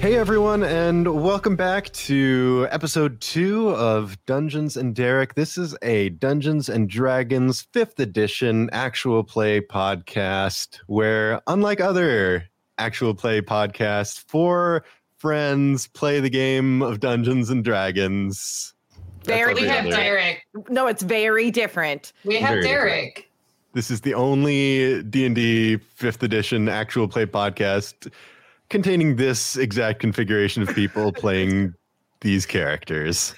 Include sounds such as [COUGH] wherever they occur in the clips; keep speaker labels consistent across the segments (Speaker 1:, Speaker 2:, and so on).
Speaker 1: Hey everyone, and welcome back to episode two of Dungeons and Derek. This is a Dungeons and Dragons fifth edition actual play podcast where, unlike other actual play podcasts, four friends play the game of Dungeons and Dragons. That's
Speaker 2: Very
Speaker 1: every
Speaker 3: We have
Speaker 1: other-
Speaker 3: Derek.
Speaker 2: No, it's very different.
Speaker 3: We have
Speaker 1: Very different.
Speaker 3: Derek.
Speaker 1: This is the only D&D 5th edition actual play podcast containing this exact configuration of people playing these characters.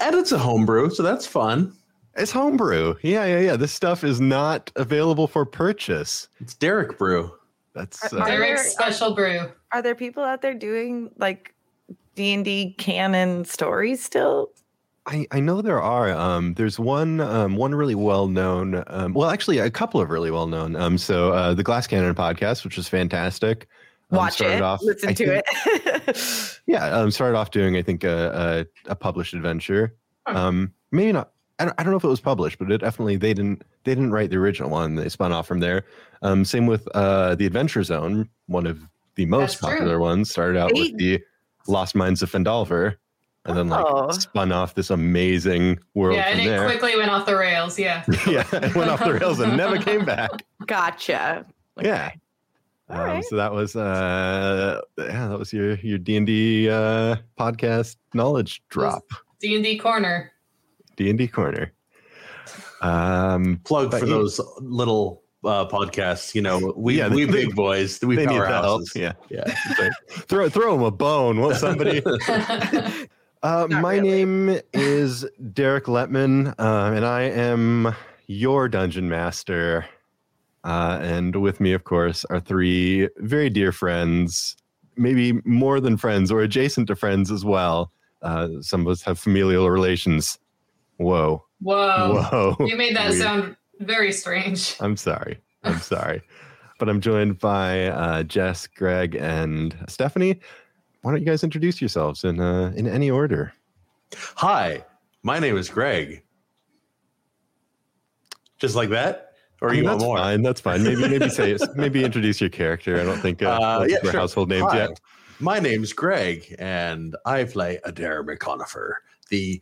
Speaker 4: And it's a homebrew, so that's fun.
Speaker 1: It's homebrew. Yeah, yeah, yeah. This stuff is not available for purchase.
Speaker 4: It's Derek Brew.
Speaker 1: That's
Speaker 2: Are
Speaker 1: uh,
Speaker 2: there-
Speaker 3: Derek's special brew.
Speaker 2: Are there people out there doing like D and D canon stories still?
Speaker 1: I, I know there are. Um, there's one um, one really well known. Um, well, actually, a couple of really well known. Um, so uh, the Glass Cannon podcast, which was fantastic. um,
Speaker 2: Watch
Speaker 1: started
Speaker 2: it,
Speaker 1: off-
Speaker 2: listen
Speaker 1: I
Speaker 2: to
Speaker 1: think-
Speaker 2: it. [LAUGHS]
Speaker 1: Yeah, um, started off doing I think a, a, a published adventure.
Speaker 3: Hmm.
Speaker 1: Um, maybe not. I don't, I don't know if it was published, but it definitely they didn't they didn't write the original one. They spun off from there. Um, same with uh, the Adventure Zone, one of the most
Speaker 3: That's true.
Speaker 1: popular ones. Started out
Speaker 2: They-
Speaker 1: with the Lost Minds of Fandalver, and then like
Speaker 2: Oh.
Speaker 1: spun off this amazing world
Speaker 3: Yeah, and
Speaker 1: from
Speaker 3: it
Speaker 1: there.
Speaker 3: quickly went off the rails. Yeah.
Speaker 1: [LAUGHS] yeah, it went off the rails and never came back.
Speaker 2: gotcha.
Speaker 1: Yeah.
Speaker 2: All
Speaker 1: Um,
Speaker 2: right.
Speaker 1: So that was uh yeah that was your your D and D uh podcast knowledge drop
Speaker 3: D and D corner. [LAUGHS]
Speaker 1: D and D
Speaker 4: [LAUGHS]
Speaker 1: corner. Um,
Speaker 4: Plug
Speaker 1: But
Speaker 4: for
Speaker 1: you-
Speaker 4: those little uh, podcasts. You know, we
Speaker 1: Yeah,
Speaker 4: we
Speaker 1: they-
Speaker 4: big boys. We
Speaker 1: they need the help.
Speaker 4: powerhouses.
Speaker 1: Yeah,
Speaker 4: yeah.
Speaker 1: It's like, throw throw them a bone, won't somebody? Uh,
Speaker 2: Not
Speaker 1: my
Speaker 2: really.
Speaker 1: name is Derek Letman, um, and I am your dungeon master. Uh, and with me, of course, are three very dear friends, maybe more than friends or adjacent to friends as well. Uh, some of us have familial relations. Whoa,
Speaker 3: Whoa.
Speaker 1: whoa!
Speaker 3: Oh, You made that
Speaker 1: Weird.
Speaker 3: sound very strange. [LAUGHS]
Speaker 1: I'm sorry. I'm sorry. But I'm joined by uh, Jess, Greg, and Stephanie. Why don't you guys introduce yourselves in uh, in any order?
Speaker 4: Hi, my name is Greg. Just like that, or
Speaker 1: I mean,
Speaker 4: you want
Speaker 1: that's
Speaker 4: more?
Speaker 1: fine. That's fine. Maybe maybe say
Speaker 4: [LAUGHS]
Speaker 1: it. maybe introduce your character. I don't think uh,
Speaker 4: Uh,
Speaker 1: I don't
Speaker 4: yeah,
Speaker 1: think we're
Speaker 4: sure.
Speaker 1: household names
Speaker 4: Hi,
Speaker 1: yet.
Speaker 4: My name's Greg, and I play Adair McConifer, the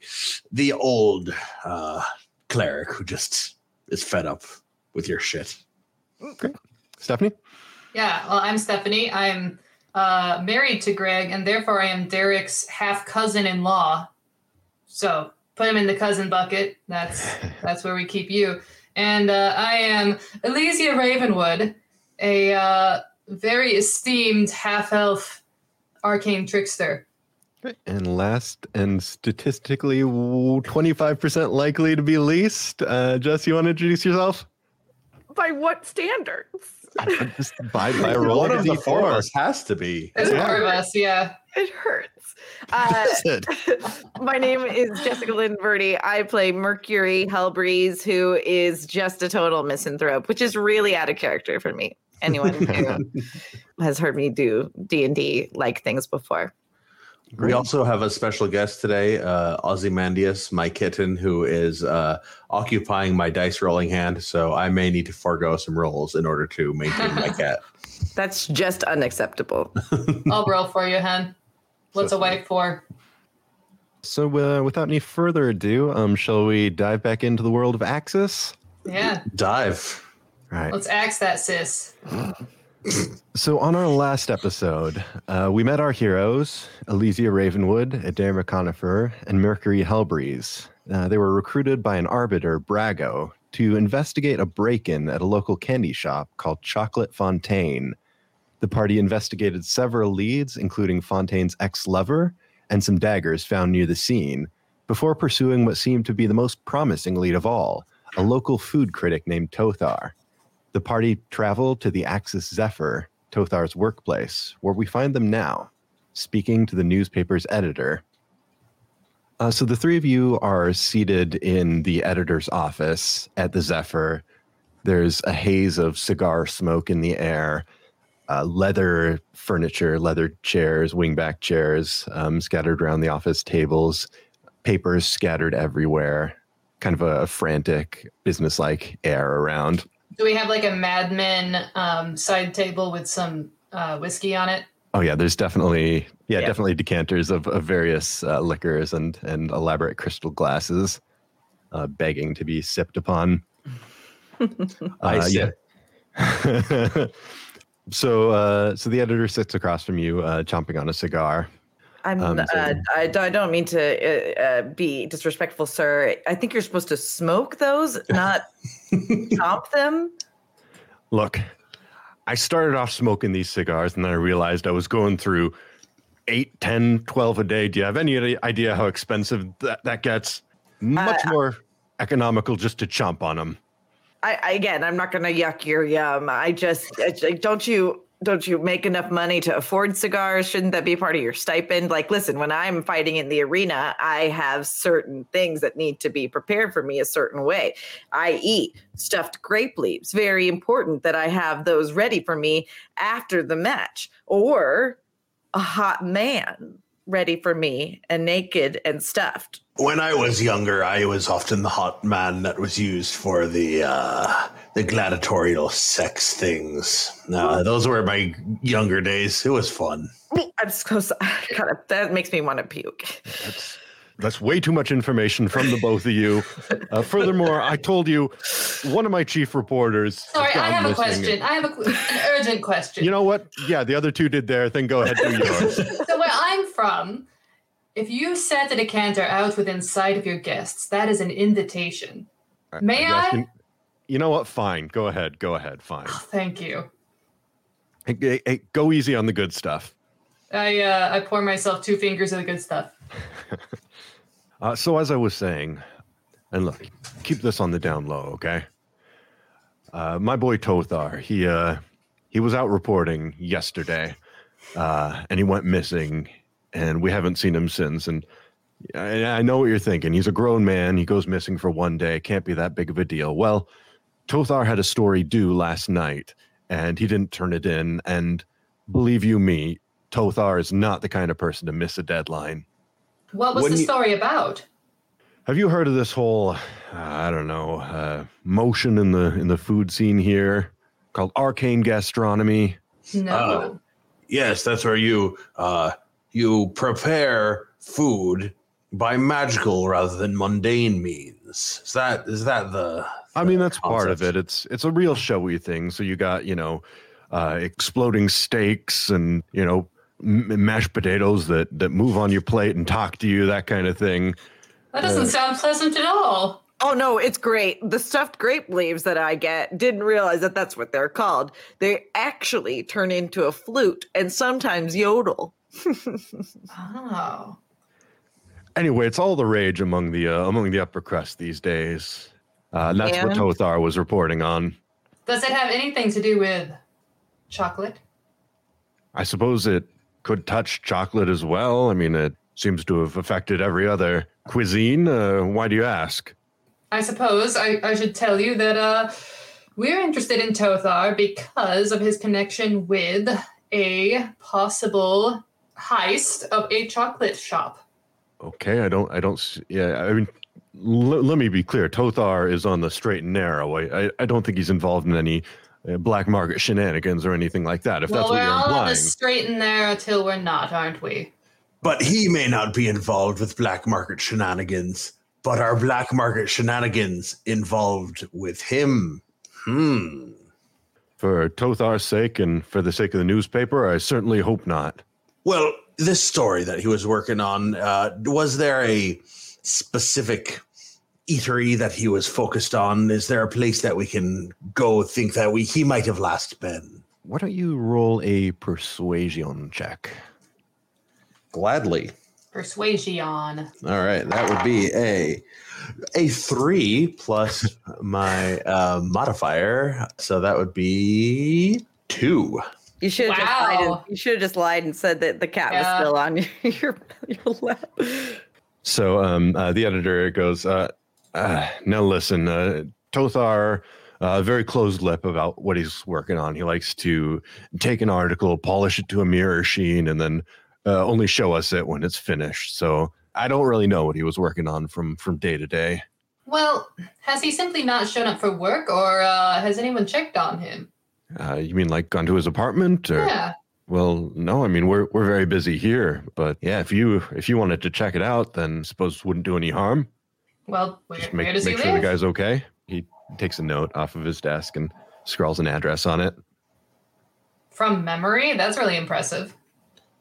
Speaker 4: the old uh, cleric who just is fed up with your shit.
Speaker 1: Stephanie.
Speaker 3: Yeah. Well, I'm Stephanie. I'm uh, married to Greg, and therefore I am Derek's half cousin in law. So put him in the cousin bucket. That's That's where we keep you. And uh, I am Elysia Ravenwood, a uh, very esteemed half elf arcane trickster.
Speaker 1: And last and statistically twenty five percent likely to be least. Uh, Jess, you want to introduce yourself?
Speaker 2: By what standards?
Speaker 1: Just by [LAUGHS] by roll
Speaker 4: One
Speaker 1: of a
Speaker 4: of the
Speaker 1: d
Speaker 4: four of
Speaker 1: four.
Speaker 4: us has to be.
Speaker 3: There's
Speaker 1: Yeah.
Speaker 3: four of us, yeah.
Speaker 2: It hurts. Uh, [LAUGHS] my name is Jessica Lynn Verdi. I play Mercury Hellbreeze, who is just a total misanthrope, which is really out of character for me. Anyone who
Speaker 1: [LAUGHS]
Speaker 2: has heard me do D and D like things before.
Speaker 4: We also have a special guest today, uh, Ozymandias, my kitten, who is uh, occupying my dice rolling hand. So I may need to forego some rolls in order to maintain my cat.
Speaker 2: That's just unacceptable.
Speaker 3: I'll roll for you, hen. What's a wife for?
Speaker 1: So uh, without any further ado, um, shall we dive back into the world of Axis?
Speaker 3: Yeah,
Speaker 4: Dive.
Speaker 1: All right.
Speaker 3: let's axe that, sis.
Speaker 1: So, on our last episode, uh, we met our heroes, Elysia Ravenwood, Adair McConifer, and Mercury Hellbreeze. Uh, they were recruited by an arbiter, Brago, to investigate a break in at a local candy shop called Chocolate Fontaine. The party investigated several leads, including Fontaine's ex lover and some daggers found near the scene, before pursuing what seemed to be the most promising lead of all a local food critic named Tothar. The party travel to the Axis Zephyr, Tothar's workplace, where we find them now, speaking to the newspaper's editor. Uh, so the three of you are seated in the editor's office at the Zephyr. There's a haze of cigar smoke in the air, uh, leather furniture, leather chairs, wingback chairs um, scattered around the office tables, papers scattered everywhere, kind of a frantic, businesslike air around.
Speaker 3: Do we have like a Mad Men um, side table with some uh, whiskey on it?
Speaker 1: Oh yeah, there's definitely yeah,
Speaker 2: Yeah.
Speaker 1: definitely decanters of, of various uh, liquors and and elaborate crystal glasses, uh, begging to be sipped upon.
Speaker 4: I
Speaker 1: Uh,
Speaker 4: sip.
Speaker 1: yeah. [LAUGHS] so uh, so the editor sits across from you, uh, chomping on a cigar.
Speaker 2: I'm.
Speaker 1: Um, so-
Speaker 2: uh, I, I don't mean to uh, uh, be disrespectful, sir. I think you're supposed to smoke those, not chomp them.
Speaker 1: Look, I started off smoking these cigars and then I realized I was going through eight, ten, twelve a day. Do you have any idea how expensive that, that gets? Much more economical just to chomp on them.
Speaker 2: I, I again, I'm not going to yuck your yum. I just I, I- don't you don't you make enough money to afford cigars? Shouldn't that be part of your stipend? Like, listen, when I'm fighting in the arena, I have certain things that need to be prepared for me a certain way. I eat stuffed grape leaves. Very important that I have those ready for me after the match, or a hot man ready for me and naked and stuffed.
Speaker 4: When I was younger, I was often the hot man that was used for the uh, the gladiatorial sex things. Uh, those were my younger days. It was fun.
Speaker 2: I'm so [LAUGHS] sorry. God, that makes me want to puke.
Speaker 1: That's, that's way too much information from the both of you. Uh, furthermore, I told you one of my chief reporters. has
Speaker 3: Sorry, I
Speaker 1: gone
Speaker 3: have a
Speaker 1: missing.
Speaker 3: question. I have a, qu- an urgent question.
Speaker 1: You know what? Yeah, the other two did their thing. Go ahead, do
Speaker 3: [LAUGHS]
Speaker 1: yours.
Speaker 3: so where I'm from, if you set a decanter out within sight of your guests, that is an invitation. May
Speaker 1: You
Speaker 3: I?
Speaker 1: can- You know what? Fine. Go ahead. Go ahead. Fine.
Speaker 3: Thank you.
Speaker 1: Hey, hey, hey, go easy on the good stuff.
Speaker 3: I uh, I pour myself two fingers of the good stuff.
Speaker 1: Uh, so, as I was saying, and look, keep this on the down low, okay? Uh, my boy Tothar, he uh, he was out reporting yesterday, uh, and he went missing, and we haven't seen him since. And I, I know what you're thinking. He's a grown man. He goes missing for one day. Can't be that big of a deal. Well, Tothar had a story due last night, and he didn't turn it in. And believe you me, Tothar is not the kind of person to miss a deadline.
Speaker 3: What was
Speaker 4: When
Speaker 3: the
Speaker 4: you-
Speaker 3: story about?
Speaker 1: Have you heard of this whole, uh, I don't know, uh, motion in the in the food scene here called arcane gastronomy?
Speaker 3: No.
Speaker 1: Oh.
Speaker 4: Uh, Yes, that's where you uh, you prepare food by magical rather than mundane means. Is that is that the?
Speaker 1: I mean, that's part of it.
Speaker 4: concept?
Speaker 1: It's it's a real showy thing. So you got you know, uh, exploding steaks and you know m- mashed potatoes that that move on your plate and talk to you, that kind of thing.
Speaker 3: that
Speaker 1: Uh.
Speaker 3: doesn't sound pleasant at all.
Speaker 2: Oh no, it's great. The stuffed grape leaves that I get didn't realize that that's what they're called. They actually turn into a flute and sometimes yodel.
Speaker 3: Oh.
Speaker 1: Anyway, it's all the rage among the uh, among the upper crust these days. Uh, and that's what
Speaker 2: Yeah.
Speaker 1: Tothar was reporting on.
Speaker 3: Does it have anything to do with chocolate?
Speaker 1: I suppose it could touch chocolate as well. I mean, it seems to have affected every other cuisine. Uh, why do you ask?
Speaker 3: I suppose I, I should tell you that uh, we're interested in Tothar because of his connection with a possible heist of a chocolate shop.
Speaker 1: Okay, I don't, I don't, s- yeah, I mean, l- let me be clear. Tothar is on the straight and narrow. I, I, I don't think he's involved in any uh, black market shenanigans or anything like that, if that's
Speaker 3: well,
Speaker 1: what
Speaker 3: we're
Speaker 1: you're
Speaker 3: all on the
Speaker 1: implying.
Speaker 3: straight and narrow till we're not, aren't we?
Speaker 4: But he may not be involved with black market shenanigans. But are black market shenanigans involved with him? Hmm.
Speaker 1: For Tothar's sake and for the sake of the newspaper, I certainly hope not.
Speaker 4: Well, this story that he was working on, uh, was there a specific eatery that he was focused on? Is there a place that we can go think that we he might have last been?
Speaker 1: Why don't you roll a persuasion check?
Speaker 4: Gladly.
Speaker 3: Persuasion.
Speaker 4: All right, that would be a a three plus my uh, modifier, so that would be two.
Speaker 2: You should have just lied and,
Speaker 3: Wow.
Speaker 2: you should have just lied and said that the cat
Speaker 3: Yeah.
Speaker 2: was still on [LAUGHS] your your lap.
Speaker 1: So um, uh, the editor goes, uh, uh, now listen, uh, Tothar, uh, very closed lip about what he's working on. He likes to take an article, polish it to a mirror sheen, and then uh, only show us it when it's finished. So I don't really know what he was working on from from day to day.
Speaker 3: Well, has he simply not shown up for work or uh, has anyone checked on him?
Speaker 1: Uh, you mean like gone to his apartment or
Speaker 3: Yeah.
Speaker 1: Well, no, I mean we're we're very busy here, but yeah, if you if you wanted to check it out, then I suppose wouldn't do any harm.
Speaker 3: Well, where,
Speaker 1: Just
Speaker 3: where
Speaker 1: make
Speaker 3: does
Speaker 1: make
Speaker 3: he
Speaker 1: sure the
Speaker 3: live?
Speaker 1: guy's okay. He takes a note off of his desk and scrawls an address on it.
Speaker 3: From memory? That's really impressive.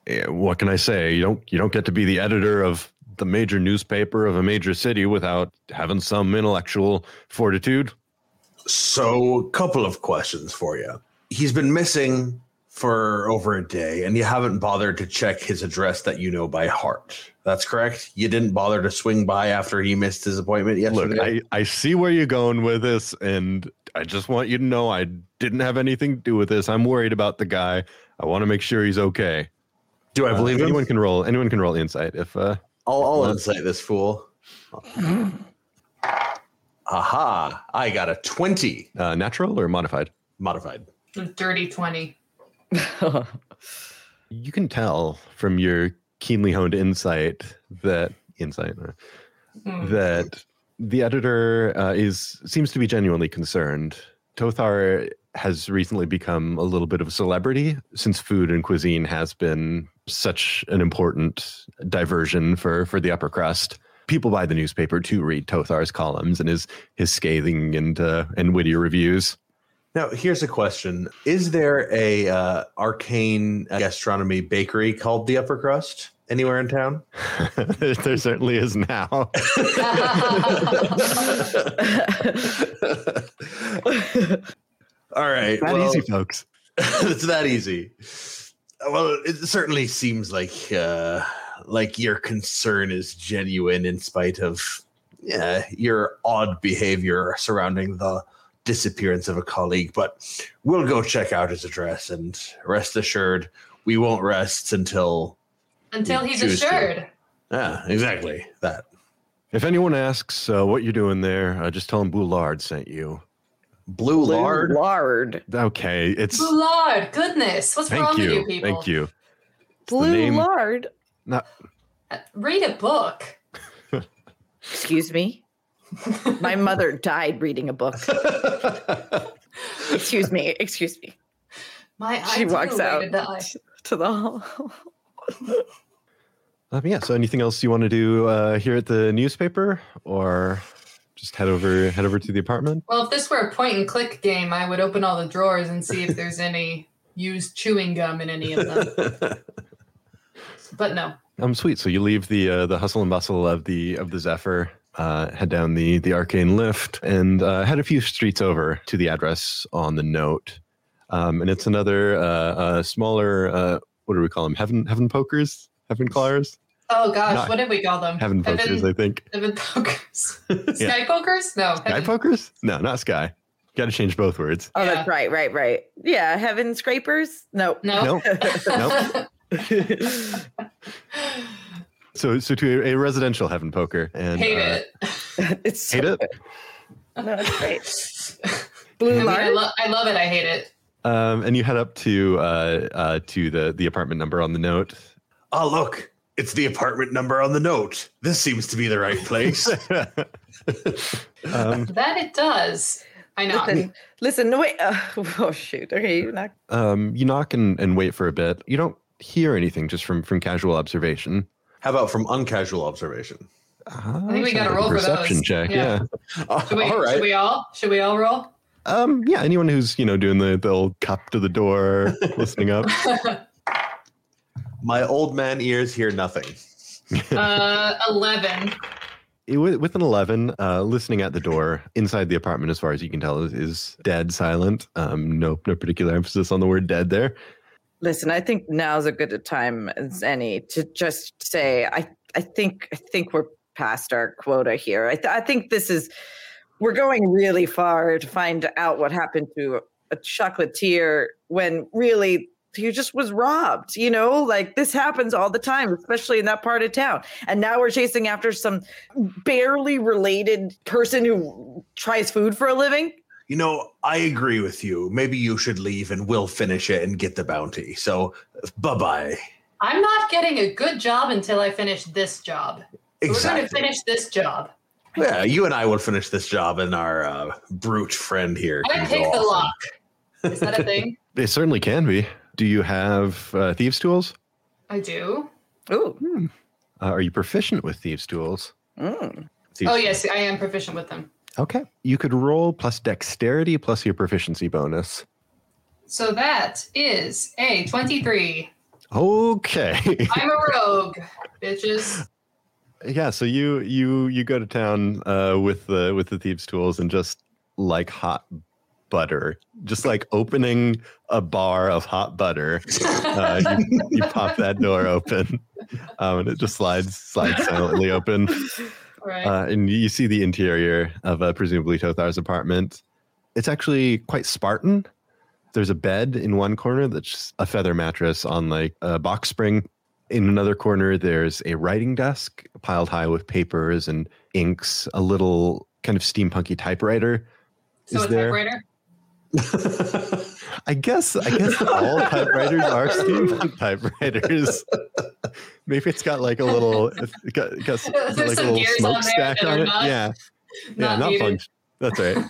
Speaker 1: Yeah, what can I say? You don't you don't get to be the editor of the major newspaper of a major city without having some intellectual fortitude.
Speaker 4: So, couple of questions for you. He's been missing for over a day, and you haven't bothered to check his address that you know by heart. That's correct. You didn't bother to swing by after he missed his appointment yesterday.
Speaker 1: Look, I, I see where you're going with this, and I just want you to know I didn't have anything to do with this. I'm worried about the guy. I want to make sure he's okay.
Speaker 4: Do I
Speaker 1: Uh,
Speaker 4: believe
Speaker 1: anyone
Speaker 4: anyone?
Speaker 1: can roll. Anyone can roll insight if uh,
Speaker 4: I'll, I'll insight this fool. Aha! I got a twenty
Speaker 1: uh, natural or modified.
Speaker 4: modified.
Speaker 3: A Dirty 20.
Speaker 1: You can tell from your keenly honed insight that insight uh,
Speaker 3: Hmm.
Speaker 1: that the editor uh, is seems to be genuinely concerned. Tothar has recently become a little bit of a celebrity since food and cuisine has been such an important diversion for for the upper crust. People buy the newspaper to read Tothar's columns and his his scathing and uh, and witty reviews. [LAUGHS]
Speaker 4: Now, here's a question: Is there a uh, arcane gastronomy bakery called the Upper Crust anywhere in town? [LAUGHS]
Speaker 1: there there certainly is now.
Speaker 4: All right,
Speaker 1: Not
Speaker 4: well-
Speaker 1: easy, folks.
Speaker 4: [LAUGHS] it's that easy. Well, it certainly seems like uh, like your concern is genuine in spite of yeah, your odd behavior surrounding the disappearance of a colleague. But we'll go check out his address and rest assured we won't rest until
Speaker 3: [LAUGHS] Until he's
Speaker 4: Tuesday.
Speaker 3: assured.
Speaker 4: yeah, exactly that.
Speaker 1: If anyone asks uh, what you're doing there, uh, just tell them Boulard sent you.
Speaker 4: Blue, lard.
Speaker 5: lard.
Speaker 1: Okay, it's
Speaker 3: Blue Lord, goodness. What's
Speaker 1: thank
Speaker 3: wrong with
Speaker 1: you,
Speaker 3: you people?
Speaker 1: thank you.
Speaker 5: Blue
Speaker 1: name.
Speaker 5: lard.
Speaker 3: Uh, Read a book.
Speaker 2: Excuse
Speaker 3: [LAUGHS]
Speaker 2: me.
Speaker 5: My mother died reading a book. Excuse me. Excuse me.
Speaker 3: My
Speaker 5: She
Speaker 3: eye
Speaker 5: walks out
Speaker 3: The eye.
Speaker 5: to the
Speaker 2: [LAUGHS]
Speaker 5: hall.
Speaker 1: Um, yeah. So, anything else you want to do uh, here at the newspaper, or just head over head over to the apartment?
Speaker 3: Well, if this were a point and click game, I would open all the drawers and see if there's any used chewing gum in any of them.
Speaker 1: [LAUGHS]
Speaker 3: But no.
Speaker 1: Um, sweet. So you leave the uh, the hustle and bustle of the of the Zephyr, uh, head down the the arcane lift, and uh, head a few streets over to the address on the note. Um, and it's another uh, uh, smaller. Uh, what do we call them? Heaven heaven pokers, heaven clawers,
Speaker 3: Oh gosh,
Speaker 1: Not-
Speaker 3: what did we call them?
Speaker 1: heaven
Speaker 3: Heaven-
Speaker 1: pokers. I think.
Speaker 3: Heaven pokers.
Speaker 1: [LAUGHS]
Speaker 3: Sky pokers? No.
Speaker 1: Sky
Speaker 3: heaven-
Speaker 1: pokers? No, not sky. Got to change both words.
Speaker 5: Oh,
Speaker 3: Yeah.
Speaker 5: that's right, right, right. Yeah, heaven scrapers. Nope.
Speaker 3: No.
Speaker 1: Nope.
Speaker 3: [LAUGHS]
Speaker 1: Nope. So, so to a, a residential heaven poker and
Speaker 3: Hate
Speaker 1: uh,
Speaker 3: it.
Speaker 5: [LAUGHS] it's so
Speaker 1: hate it.
Speaker 5: good. No, it's
Speaker 3: [LAUGHS]
Speaker 5: great.
Speaker 3: I,
Speaker 5: Blue
Speaker 3: mean, I,
Speaker 5: lard.
Speaker 3: lo- I love it. I hate it.
Speaker 1: Um, and you head up to uh, uh, to the the apartment number on the note. [LAUGHS]
Speaker 4: oh look, it's the apartment number on the note. This seems to be the right [LAUGHS] place.
Speaker 1: um,
Speaker 3: That it does. I know.
Speaker 5: Listen, listen, no, wait. Uh, [LAUGHS] oh, shoot. Okay, you're not.
Speaker 1: um, you knock and, and wait for a bit. You don't hear anything just from from casual observation.
Speaker 4: How about from uncasual [LAUGHS] observation?
Speaker 1: Uh,
Speaker 3: think we
Speaker 1: sounds like
Speaker 3: gotta
Speaker 1: a
Speaker 3: roll for
Speaker 1: perception
Speaker 3: those.
Speaker 1: check. Yeah.
Speaker 3: Yeah. Should we,
Speaker 4: all right.
Speaker 3: should we all? Should we all roll?
Speaker 1: [LAUGHS] Um, yeah. Anyone who's you know doing the, the old cop to the door, listening up.
Speaker 3: Uh,
Speaker 4: My old man ears hear nothing.
Speaker 3: uh, eleven.
Speaker 1: It- with, with an 11 uh, listening at the door inside the apartment as far as you can tell is, is dead silent um, no, no particular emphasis on the word dead there
Speaker 5: Listen, I think now's a good a time as any to just say, I, I think, I think we're past our quota here. I, th- I think this is, we're going really far to find out what happened to a chocolatier when really he just was robbed. You know, like this happens all the time, especially in that part of town. And now we're chasing after some barely related person who tries food for a living.
Speaker 4: You know, I agree with you. Maybe you should leave and we'll finish it and get the bounty. So, bye bye.
Speaker 3: I'm not getting a good job until I finish this job. We're going to
Speaker 4: Exactly.
Speaker 3: finish this job.
Speaker 4: Yeah, you and I will finish this job, and our uh, brute friend here.
Speaker 3: I'm
Speaker 4: can
Speaker 3: going to
Speaker 4: go
Speaker 3: take the
Speaker 4: off
Speaker 3: lock. Is that a thing?
Speaker 1: it certainly can be Do you have uh, thieves' tools?
Speaker 3: I do.
Speaker 1: [LAUGHS]
Speaker 5: Ooh.
Speaker 1: Hmm. Uh, are you proficient with thieves' tools?
Speaker 5: Mm.
Speaker 1: Thieves
Speaker 3: Oh yes, I am proficient with them.
Speaker 1: Okay. You could roll plus dexterity plus your proficiency bonus.
Speaker 3: So that is a twenty-three.
Speaker 1: Okay. [LAUGHS]
Speaker 3: I'm a rogue, bitches.
Speaker 1: yeah. So you you you go to town uh, with the with the thieves' tools and just like hot butter, just like opening a bar of hot butter. [LAUGHS]
Speaker 3: [LAUGHS]
Speaker 1: Uh, you, you pop that door open, um, and it just slides slides silently open.
Speaker 3: Right.
Speaker 1: Uh, and you see the interior of uh, presumably Tothar's apartment. It's actually quite Spartan. There's a bed in one corner that's a feather mattress on like a box spring. In another corner, there's a writing desk piled high with papers and inks, a little kind of steampunky typewriter.
Speaker 3: so
Speaker 1: is
Speaker 3: a
Speaker 1: there-
Speaker 3: typewriter.
Speaker 4: [LAUGHS]
Speaker 1: I guess I guess
Speaker 3: [LAUGHS]
Speaker 1: all typewriters are steampunk typewriters. Maybe it's got like a little, it's got, it's got
Speaker 3: There's
Speaker 1: like a
Speaker 3: some
Speaker 1: little
Speaker 3: gears on there
Speaker 1: smokestack
Speaker 3: that
Speaker 1: on
Speaker 3: are
Speaker 1: it.
Speaker 3: not-
Speaker 1: yeah, yeah, not
Speaker 3: needed.
Speaker 1: function. That's
Speaker 3: [LAUGHS]
Speaker 1: right.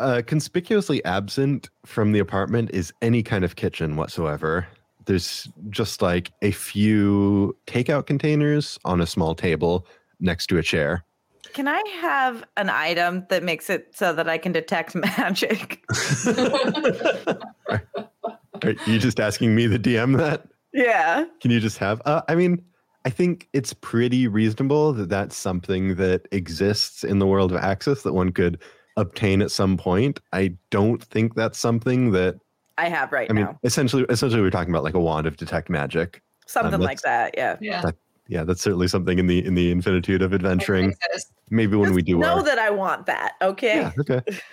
Speaker 1: uh, conspicuously absent from the apartment is any kind of kitchen whatsoever. There's just like a few takeout containers on a small table next to a chair.
Speaker 5: Can I have an item that makes it so that I can detect [LAUGHS] magic?
Speaker 1: Are you just asking me the DM that?
Speaker 5: yeah.
Speaker 1: Can you just have? Uh, I mean, I think it's pretty reasonable that that's something that exists in the world of Axis that one could obtain at some point. I don't think that's something that
Speaker 5: I have right
Speaker 1: I mean,
Speaker 5: now.
Speaker 1: essentially, essentially, we're talking about like a wand of detect magic.
Speaker 5: Something
Speaker 1: um,
Speaker 5: like that. Yeah.
Speaker 3: Yeah.
Speaker 1: Yeah, that's certainly something in the in the infinitude of adventuring. Maybe when we do
Speaker 5: know
Speaker 1: our
Speaker 5: that I want that. Okay.
Speaker 1: yeah,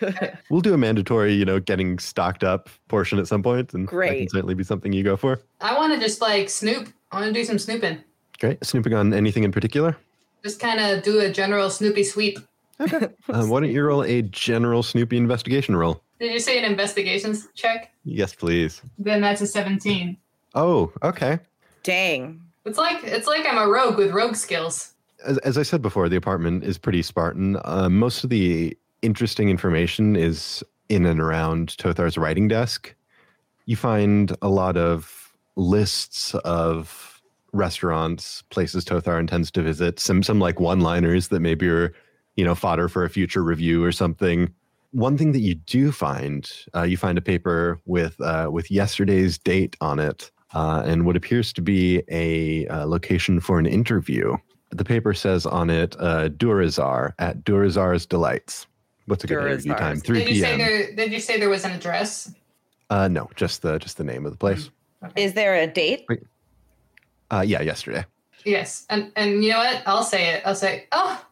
Speaker 1: okay,
Speaker 5: [LAUGHS]
Speaker 1: we'll do a mandatory, you know, getting stocked up portion at some point, and that can
Speaker 5: Great.
Speaker 1: certainly be something you go for.
Speaker 3: I want to just like snoop. I want to do some snooping.
Speaker 1: Great, snooping on anything in particular.
Speaker 3: Just kind of do a general Snoopy sweep.
Speaker 1: [LAUGHS] Um, why don't you roll a general Snoopy investigation roll?
Speaker 3: Did you say an investigations check?
Speaker 1: Yes, please.
Speaker 3: Then that's a 17.
Speaker 1: Oh, okay.
Speaker 5: Dang.
Speaker 3: It's like it's like I'm a rogue with rogue skills.
Speaker 1: as, as I said before, the apartment is pretty Spartan. Uh, most of the interesting information is in and around Tothar's writing desk. You find a lot of lists of restaurants, places Tothar intends to visit, some some like one-liners that maybe are, you know, fodder for a future review or something. One thing that you do find, uh, you find a paper with uh, with yesterday's date on it, uh, and what appears to be a uh, location for an interview the paper says on it uh, Durazar at Durazar's Delights. What's a good interview
Speaker 5: Durazar's.
Speaker 1: time?
Speaker 5: Did
Speaker 1: 3
Speaker 3: Did you say
Speaker 1: p.m.
Speaker 3: there did you say there was an address?
Speaker 1: Uh, no, just the just the name of the place.
Speaker 5: Is there a date?
Speaker 3: Mm.
Speaker 1: Uh, yeah, yesterday.
Speaker 3: Yes. And and you know what? I'll say it. I'll say, "Oh,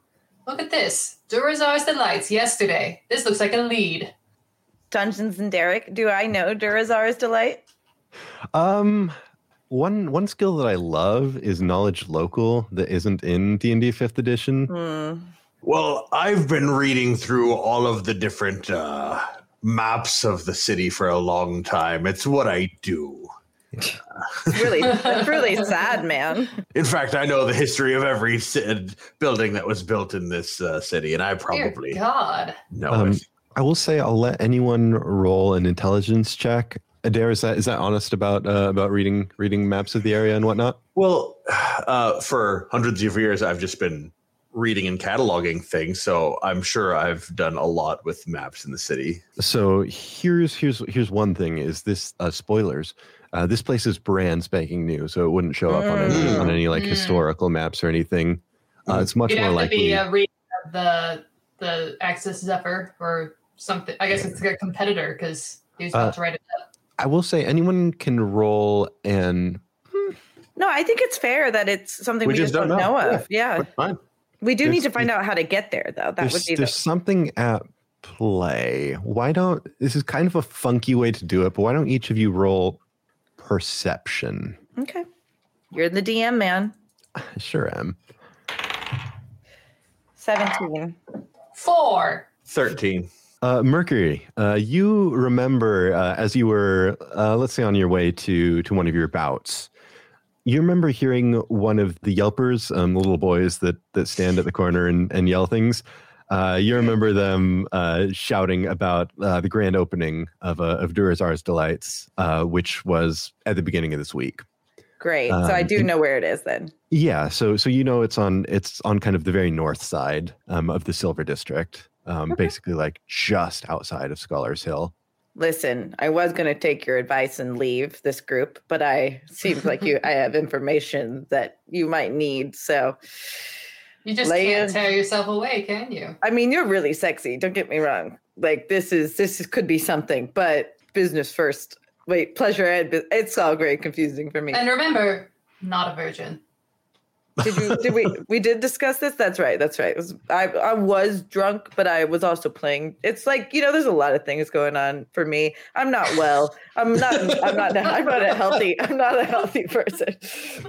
Speaker 3: look at this. Durazar's delights yesterday. This looks like a lead."
Speaker 5: Dungeons and Derek. Do I know Durazar's delight?
Speaker 1: Um, one one skill that I love is knowledge local that isn't in D and D fifth edition.
Speaker 5: Hmm.
Speaker 4: Well, I've been reading through all of the different uh, maps of the city for a long time. It's what I do.
Speaker 5: It's really, it's really sad, man.
Speaker 4: In fact, I know the history of every ci- building that was built in this uh, city, and I probably
Speaker 3: Dear God.
Speaker 4: know
Speaker 1: Um,
Speaker 4: it.
Speaker 1: I will say I'll let anyone roll an intelligence check. Adair, is that is that honest about uh, about reading reading maps of the area and whatnot?
Speaker 4: Well, uh, for hundreds of years, I've just been reading and cataloging things, so I'm sure I've done a lot with maps in the city.
Speaker 1: So here's here's here's one thing: is this uh, spoilers? Uh, this place is brand spanking new, so it wouldn't show up on any
Speaker 4: Mm.
Speaker 1: on any like
Speaker 3: Mm.
Speaker 1: historical maps or anything. Uh,
Speaker 4: Mm.
Speaker 1: it's much
Speaker 3: You'd
Speaker 1: more
Speaker 3: have to be
Speaker 1: likely.
Speaker 3: a read of the the Axis Zephyr or something. I guess it's like a competitor because he was about
Speaker 1: Uh,
Speaker 3: to write it.
Speaker 1: I will say anyone can roll an.
Speaker 5: No, I think it's fair that it's something we, just, don't, know, of. Yeah.
Speaker 4: fine.
Speaker 5: We do need
Speaker 1: There's-
Speaker 5: to find out how to get there, though. That would
Speaker 1: There's,
Speaker 5: be
Speaker 1: there's
Speaker 5: the,
Speaker 1: something at play. Why don't this is kind of a funky way to do it, but why don't each of you roll perception?
Speaker 5: okay. You're the DM, man.
Speaker 1: I sure am.
Speaker 5: 17.
Speaker 3: Four.
Speaker 4: 13.
Speaker 1: Uh, Mercury, uh, you remember uh, as you were, uh, let's say, on your way to to one of your bouts. You remember hearing one of the yelpers, um, the little boys that that stand at the corner and, and yell things. Uh, you remember them uh, shouting about uh, the grand opening of uh, of Durazar's Delights, uh, which was at the beginning of this week.
Speaker 2: Great. so I
Speaker 1: Um,
Speaker 2: do know where it is then.
Speaker 1: Yeah, so so you know it's on it's on kind of the very north side um, of the Silver District, um,
Speaker 2: Okay.
Speaker 1: basically like just outside of Scholars Hill.
Speaker 2: Listen, I was going to take your advice and leave this group, but I seems like you I have information that you might need. So,
Speaker 3: You just
Speaker 2: Leia-
Speaker 3: can't tear yourself away, can you?
Speaker 2: I mean, you're really sexy, don't get me wrong. Like this is this is, could be something, but business first. Wait, pleasure and bu- it's all very confusing for me.
Speaker 3: And remember, not a virgin.
Speaker 2: Did you did
Speaker 1: [LAUGHS]
Speaker 2: we we did discuss this? That's right. That's right. It was, I I was drunk, but I was also playing. It's like, you know, there's a lot of things going on for me. I'm not well. I'm not I'm not [LAUGHS] I'm not a healthy I'm not a healthy person.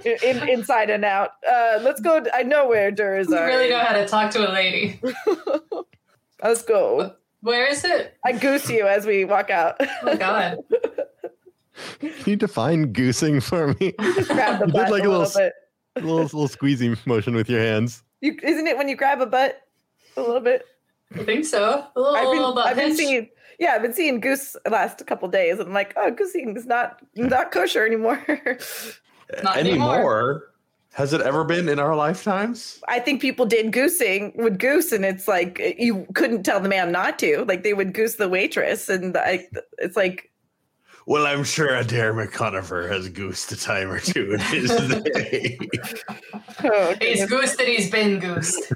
Speaker 2: In, inside and out. Uh let's go I know where Duras
Speaker 3: You
Speaker 2: are.
Speaker 3: really know how to talk to a lady.
Speaker 2: let's go.
Speaker 3: Where is it?
Speaker 2: I goose you as we walk out. [LAUGHS]
Speaker 3: Oh God.
Speaker 1: Can you define goosing for
Speaker 2: [LAUGHS]
Speaker 1: me?
Speaker 2: grab the
Speaker 1: You did
Speaker 2: butt
Speaker 1: like a
Speaker 2: a
Speaker 1: little
Speaker 2: little,
Speaker 1: s-
Speaker 2: bit.
Speaker 1: A little little squeezing motion with your hands.
Speaker 2: You, isn't it when you grab a butt a little bit?
Speaker 3: I think so. A little,
Speaker 2: I've
Speaker 3: little
Speaker 2: been,
Speaker 3: butt
Speaker 2: I've been
Speaker 3: pinch.
Speaker 2: seeing, yeah, I've been seeing goose the last couple days, and I'm like, oh, goosing is not not kosher anymore. [LAUGHS]
Speaker 3: Not
Speaker 4: anymore.
Speaker 3: anymore.
Speaker 4: Has it ever been in our lifetimes?
Speaker 2: I think people did goosing with goose, and it's like you couldn't tell the man not to. Like they would goose the waitress, and I, it's like
Speaker 4: Well, I'm sure Adair McConifer has goosed a time or two in [LAUGHS] his day.
Speaker 2: oh,
Speaker 3: He's
Speaker 2: goodness.
Speaker 3: goose that he's been goose.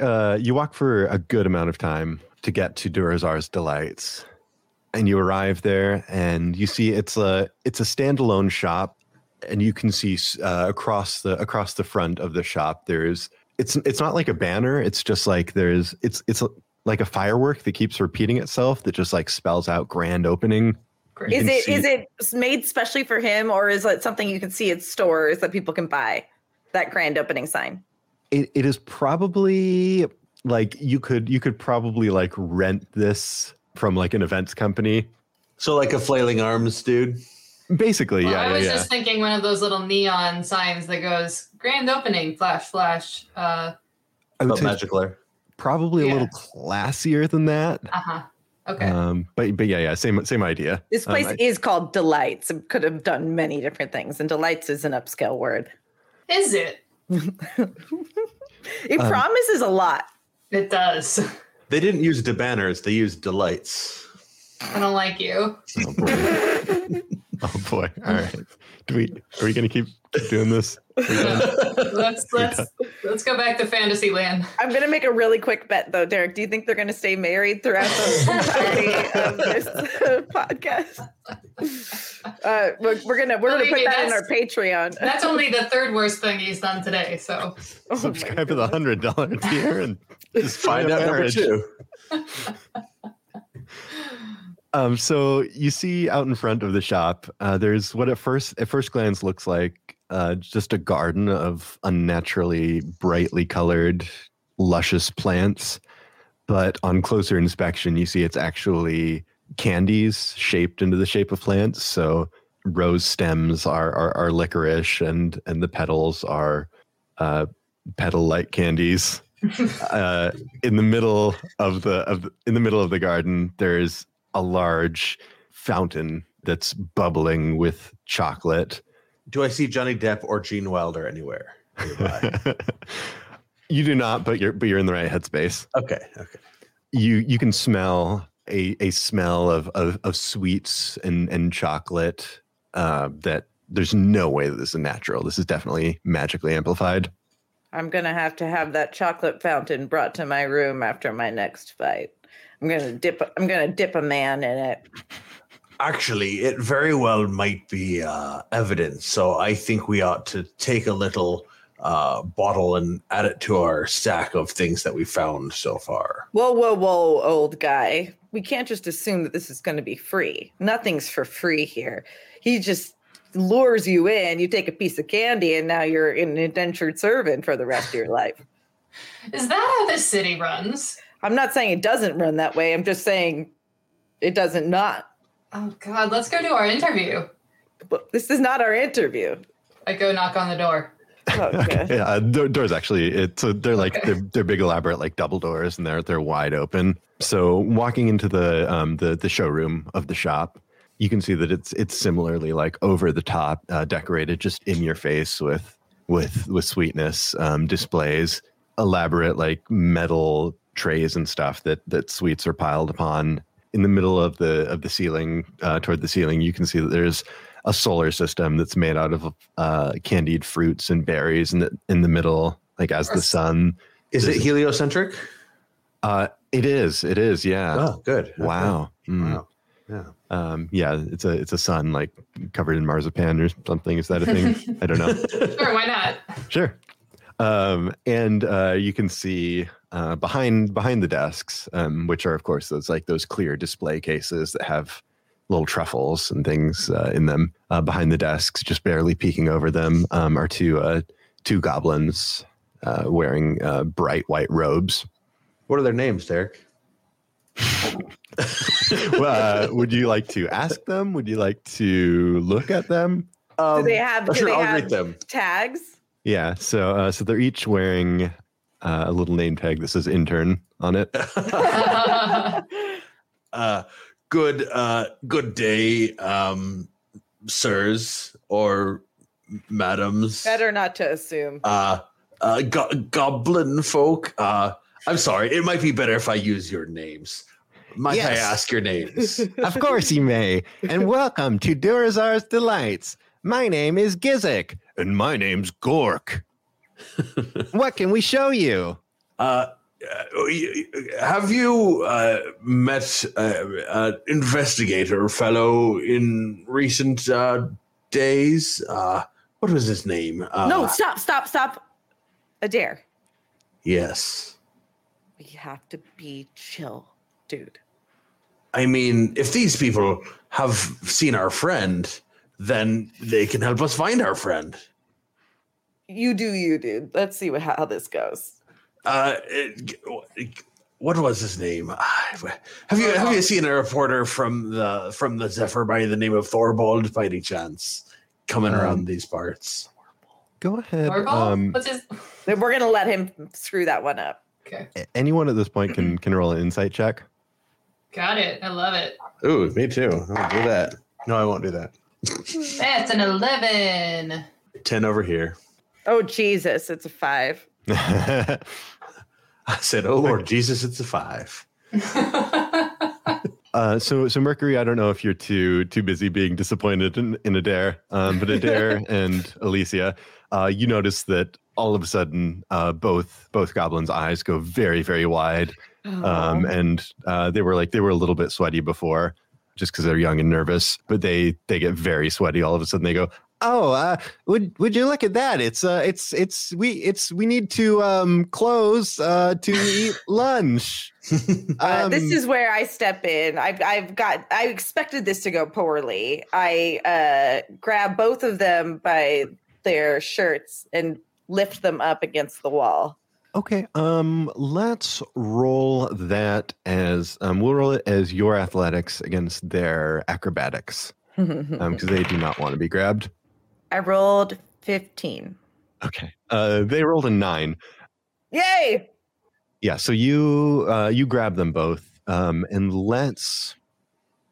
Speaker 1: Uh, you walk for a good amount of time to get to Durazar's Delights, and you arrive there, and you see it's a it's a standalone shop, and you can see uh, across the across the front of the shop there's it's it's not like a banner, it's just like there's it's it's like a firework that keeps repeating itself that just like spells out grand opening.
Speaker 3: Great.
Speaker 1: you
Speaker 2: is
Speaker 1: can
Speaker 2: it is
Speaker 1: see-
Speaker 2: it made specially for him, or is it something you can see at stores that people can buy? That grand opening sign.
Speaker 1: It, it is probably like you could you could probably like rent this from like an events company.
Speaker 4: so, like a flailing arms dude.
Speaker 1: Basically,
Speaker 3: Well,
Speaker 1: yeah,
Speaker 3: I
Speaker 1: yeah,
Speaker 3: was
Speaker 1: yeah.
Speaker 3: just thinking one of those little neon signs that goes grand opening, flash, flash. Uh
Speaker 1: I would
Speaker 4: But
Speaker 1: say
Speaker 4: magicler.
Speaker 1: probably a
Speaker 3: Yeah.
Speaker 1: little classier than that.
Speaker 3: huh. uh-huh. Okay.
Speaker 1: Um, but but yeah, yeah, same same idea.
Speaker 2: This
Speaker 1: Um,
Speaker 2: place
Speaker 1: I-
Speaker 2: is called Delights. It could have done many different things, and Delights is an upscale word.
Speaker 3: is it?
Speaker 2: It
Speaker 1: Um,
Speaker 2: promises a lot.
Speaker 3: It does. [LAUGHS]
Speaker 4: They didn't use de banners, they used delights.
Speaker 3: I don't like you.
Speaker 1: oh boy.
Speaker 3: [LAUGHS]
Speaker 1: oh boy. All right. Do we are we gonna keep keep doing this? Are we
Speaker 3: [LAUGHS]
Speaker 1: done? [LAUGHS]
Speaker 3: Let's let's let's go back to fantasy land.
Speaker 2: I'm going to make a really quick bet, though, Derek. Do you think they're going to stay married throughout the entirety of this podcast? Uh, we're, we're gonna we're gonna
Speaker 3: Believe
Speaker 2: put
Speaker 3: me,
Speaker 2: that in our
Speaker 3: that's-
Speaker 2: Patreon. [LAUGHS]
Speaker 3: That's only the third worst thing he's done today. So
Speaker 2: Oh my
Speaker 1: Subscribe to the hundred dollar tier and
Speaker 4: Just find
Speaker 1: Yeah,
Speaker 4: out number
Speaker 1: marriage.
Speaker 4: two.
Speaker 1: Um, so you see out in front of the shop, uh, there's what at first at first glance looks like uh, just a garden of unnaturally brightly colored, luscious plants. But on closer inspection, you see it's actually candies shaped into the shape of plants. So rose stems are are, are licorice, and and the petals are uh, petal like candies. uh, in the middle of the of the- in the middle of the garden, there's a large fountain that's bubbling with chocolate.
Speaker 4: Do I see Johnny Depp or Gene Wilder [LAUGHS] anywhere? nearby?
Speaker 1: [LAUGHS] you do not, but you're but you're in the right headspace.
Speaker 4: okay, okay.
Speaker 1: You you can smell a a smell of of, of sweets and and chocolate uh, that there's no way that this is natural. This is definitely magically amplified.
Speaker 2: I'm gonna have to have that chocolate fountain brought to my room after my next fight. I'm gonna dip. I'm gonna dip a man in it.
Speaker 4: Actually, it very well might be uh, evidence, so I think we ought to take a little uh, bottle and add it to our stack of things that we found so far.
Speaker 2: Whoa, whoa, whoa, old guy. We can't just assume that this is going to be free. Nothing's for free here. He just lures you in, you take a piece of candy, and now you're an indentured servant for the rest of your life.
Speaker 3: is that how this city runs?
Speaker 2: I'm not saying it doesn't run that way. I'm just saying it doesn't not.
Speaker 3: Oh God, let's go do our interview.
Speaker 4: [LAUGHS]
Speaker 2: But this is not our interview.
Speaker 3: I go knock on the door.
Speaker 2: Oh,
Speaker 1: [LAUGHS] Okay.
Speaker 2: good.
Speaker 1: Yeah, uh, the doors actually. It's uh they're like they're, they're big, elaborate, like double doors, and they're they're wide open. So walking into the um the the showroom of the shop, you can see that it's it's similarly like over the top, uh, decorated just in your face with with with sweetness um, displays, elaborate like metal trays and stuff that that sweets are piled upon. In the middle of the of the ceiling, uh, toward the ceiling, you can see that there's a solar system that's made out of uh, candied fruits and berries, and the, in the middle, like as the
Speaker 3: Yes.
Speaker 1: sun.
Speaker 4: Is it heliocentric?
Speaker 1: Uh, it is. It is. Yeah.
Speaker 4: oh, good. Okay.
Speaker 1: Wow. Mm.
Speaker 4: Wow. Yeah.
Speaker 1: Um, yeah. It's a it's a sun like covered in marzipan or something. Is that a
Speaker 4: [LAUGHS]
Speaker 1: thing? I don't know.
Speaker 3: Sure,
Speaker 1: [LAUGHS]
Speaker 3: why not?
Speaker 1: Sure. Um, and uh, you can see uh, behind behind the desks, um, which are of course those like those clear display cases that have little truffles and things uh, in them. Uh, behind the desks, just barely peeking over them, um, are two uh, two goblins uh, wearing uh, bright white robes.
Speaker 4: What are their names, Derek?
Speaker 1: uh, would you like to ask them? Would you like to look at them?
Speaker 4: Um,
Speaker 2: do they have, do
Speaker 4: sure,
Speaker 2: they
Speaker 4: I'll
Speaker 2: have
Speaker 4: greet them.
Speaker 2: tags?
Speaker 1: Yeah. So uh, so they're each wearing uh, a little name tag that says intern on it.
Speaker 4: [LAUGHS] uh, good, uh, good day, um, sirs or madams.
Speaker 2: Better not to assume.
Speaker 4: uh, uh, go- goblin folk. Uh, I'm sorry. It might be better if I use your names. Might
Speaker 1: Yes.
Speaker 4: I ask your names? [LAUGHS]
Speaker 1: of course you may. [LAUGHS] And welcome to Durazar's Delights. My name is Gizik. And my name's [LAUGHS] Gork. what can we show you?
Speaker 4: uh, uh, have you uh, met an uh, uh, investigator fellow in recent uh, days? Uh, what was his name? Uh,
Speaker 2: no, stop, stop, stop. Adair,
Speaker 4: Yes.
Speaker 2: we have to be chill, dude.
Speaker 4: I mean, if these people have seen our friend, then they can help us find our friend.
Speaker 2: You do you, dude. Let's see what, how this goes.
Speaker 4: Uh, it- what was his name? Ah, Have you have you seen a reporter from the from the Zephyr by the name of Thorbold by any chance coming
Speaker 1: Um,
Speaker 4: around these parts?
Speaker 1: Go ahead.
Speaker 3: Norval?
Speaker 1: Um,
Speaker 3: What's his?
Speaker 2: Then We're gonna let him screw that one up.
Speaker 3: Okay,
Speaker 1: a- anyone at this point can can roll an insight [LAUGHS] check.
Speaker 3: got it. I love it.
Speaker 4: Ooh, me too. I won't do that. No, I won't do that.
Speaker 3: That's an eleven. [LAUGHS]
Speaker 4: Ten over here.
Speaker 2: Oh Jesus, it's a five.
Speaker 4: I said, "Oh Lord Jesus, it's a five.
Speaker 1: Uh, so, so Mercury, I don't know if you're too too busy being disappointed in, in Adair, um, but Adair [LAUGHS] and Alicia, uh, you notice that all of a sudden, uh, both both goblins' eyes go very very wide,
Speaker 2: Oh.
Speaker 1: um, and uh, they were like they were a little bit sweaty before, just because they're young and nervous. But they they get very sweaty all of a sudden. They go, "Oh, uh, would would you look at that? It's uh, it's it's we it's we need to um, close uh, to
Speaker 2: [LAUGHS]
Speaker 1: eat lunch."
Speaker 2: Uh, this
Speaker 1: Um,
Speaker 2: is where I step in. I've I've got I expected this to go poorly. I uh, grab both of them by their shirts and lift them up against the wall.
Speaker 1: Okay, um, let's roll that as um, we'll roll it as your athletics against their acrobatics [LAUGHS] um, because they do not want to be grabbed.
Speaker 2: I rolled fifteen.
Speaker 1: Okay, uh, they rolled a nine.
Speaker 2: Yay!
Speaker 1: Yeah, so you uh, you grab them both, um, and let's.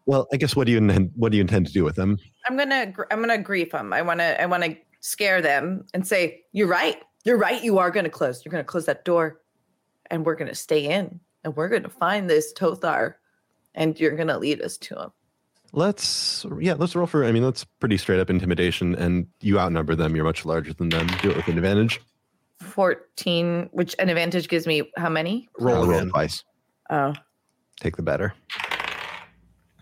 Speaker 1: Well, I guess what do you intend, what do you intend to do with them?
Speaker 2: I'm gonna gr- I'm gonna grief them. I wanna I wanna scare them and say, "You're right. You're right. You are gonna close. You're gonna close that door, and we're gonna stay in, and we're gonna find this Tothar, and you're gonna lead us to him."
Speaker 1: Let's yeah, let's roll for. I mean, that's pretty straight up intimidation, and you outnumber them. You're much larger than them. Do it with an advantage.
Speaker 2: Fourteen, which an advantage gives me. How many?
Speaker 1: Uh,
Speaker 4: Roll
Speaker 1: roll
Speaker 4: in.
Speaker 1: twice.
Speaker 2: Oh,
Speaker 1: Take the better.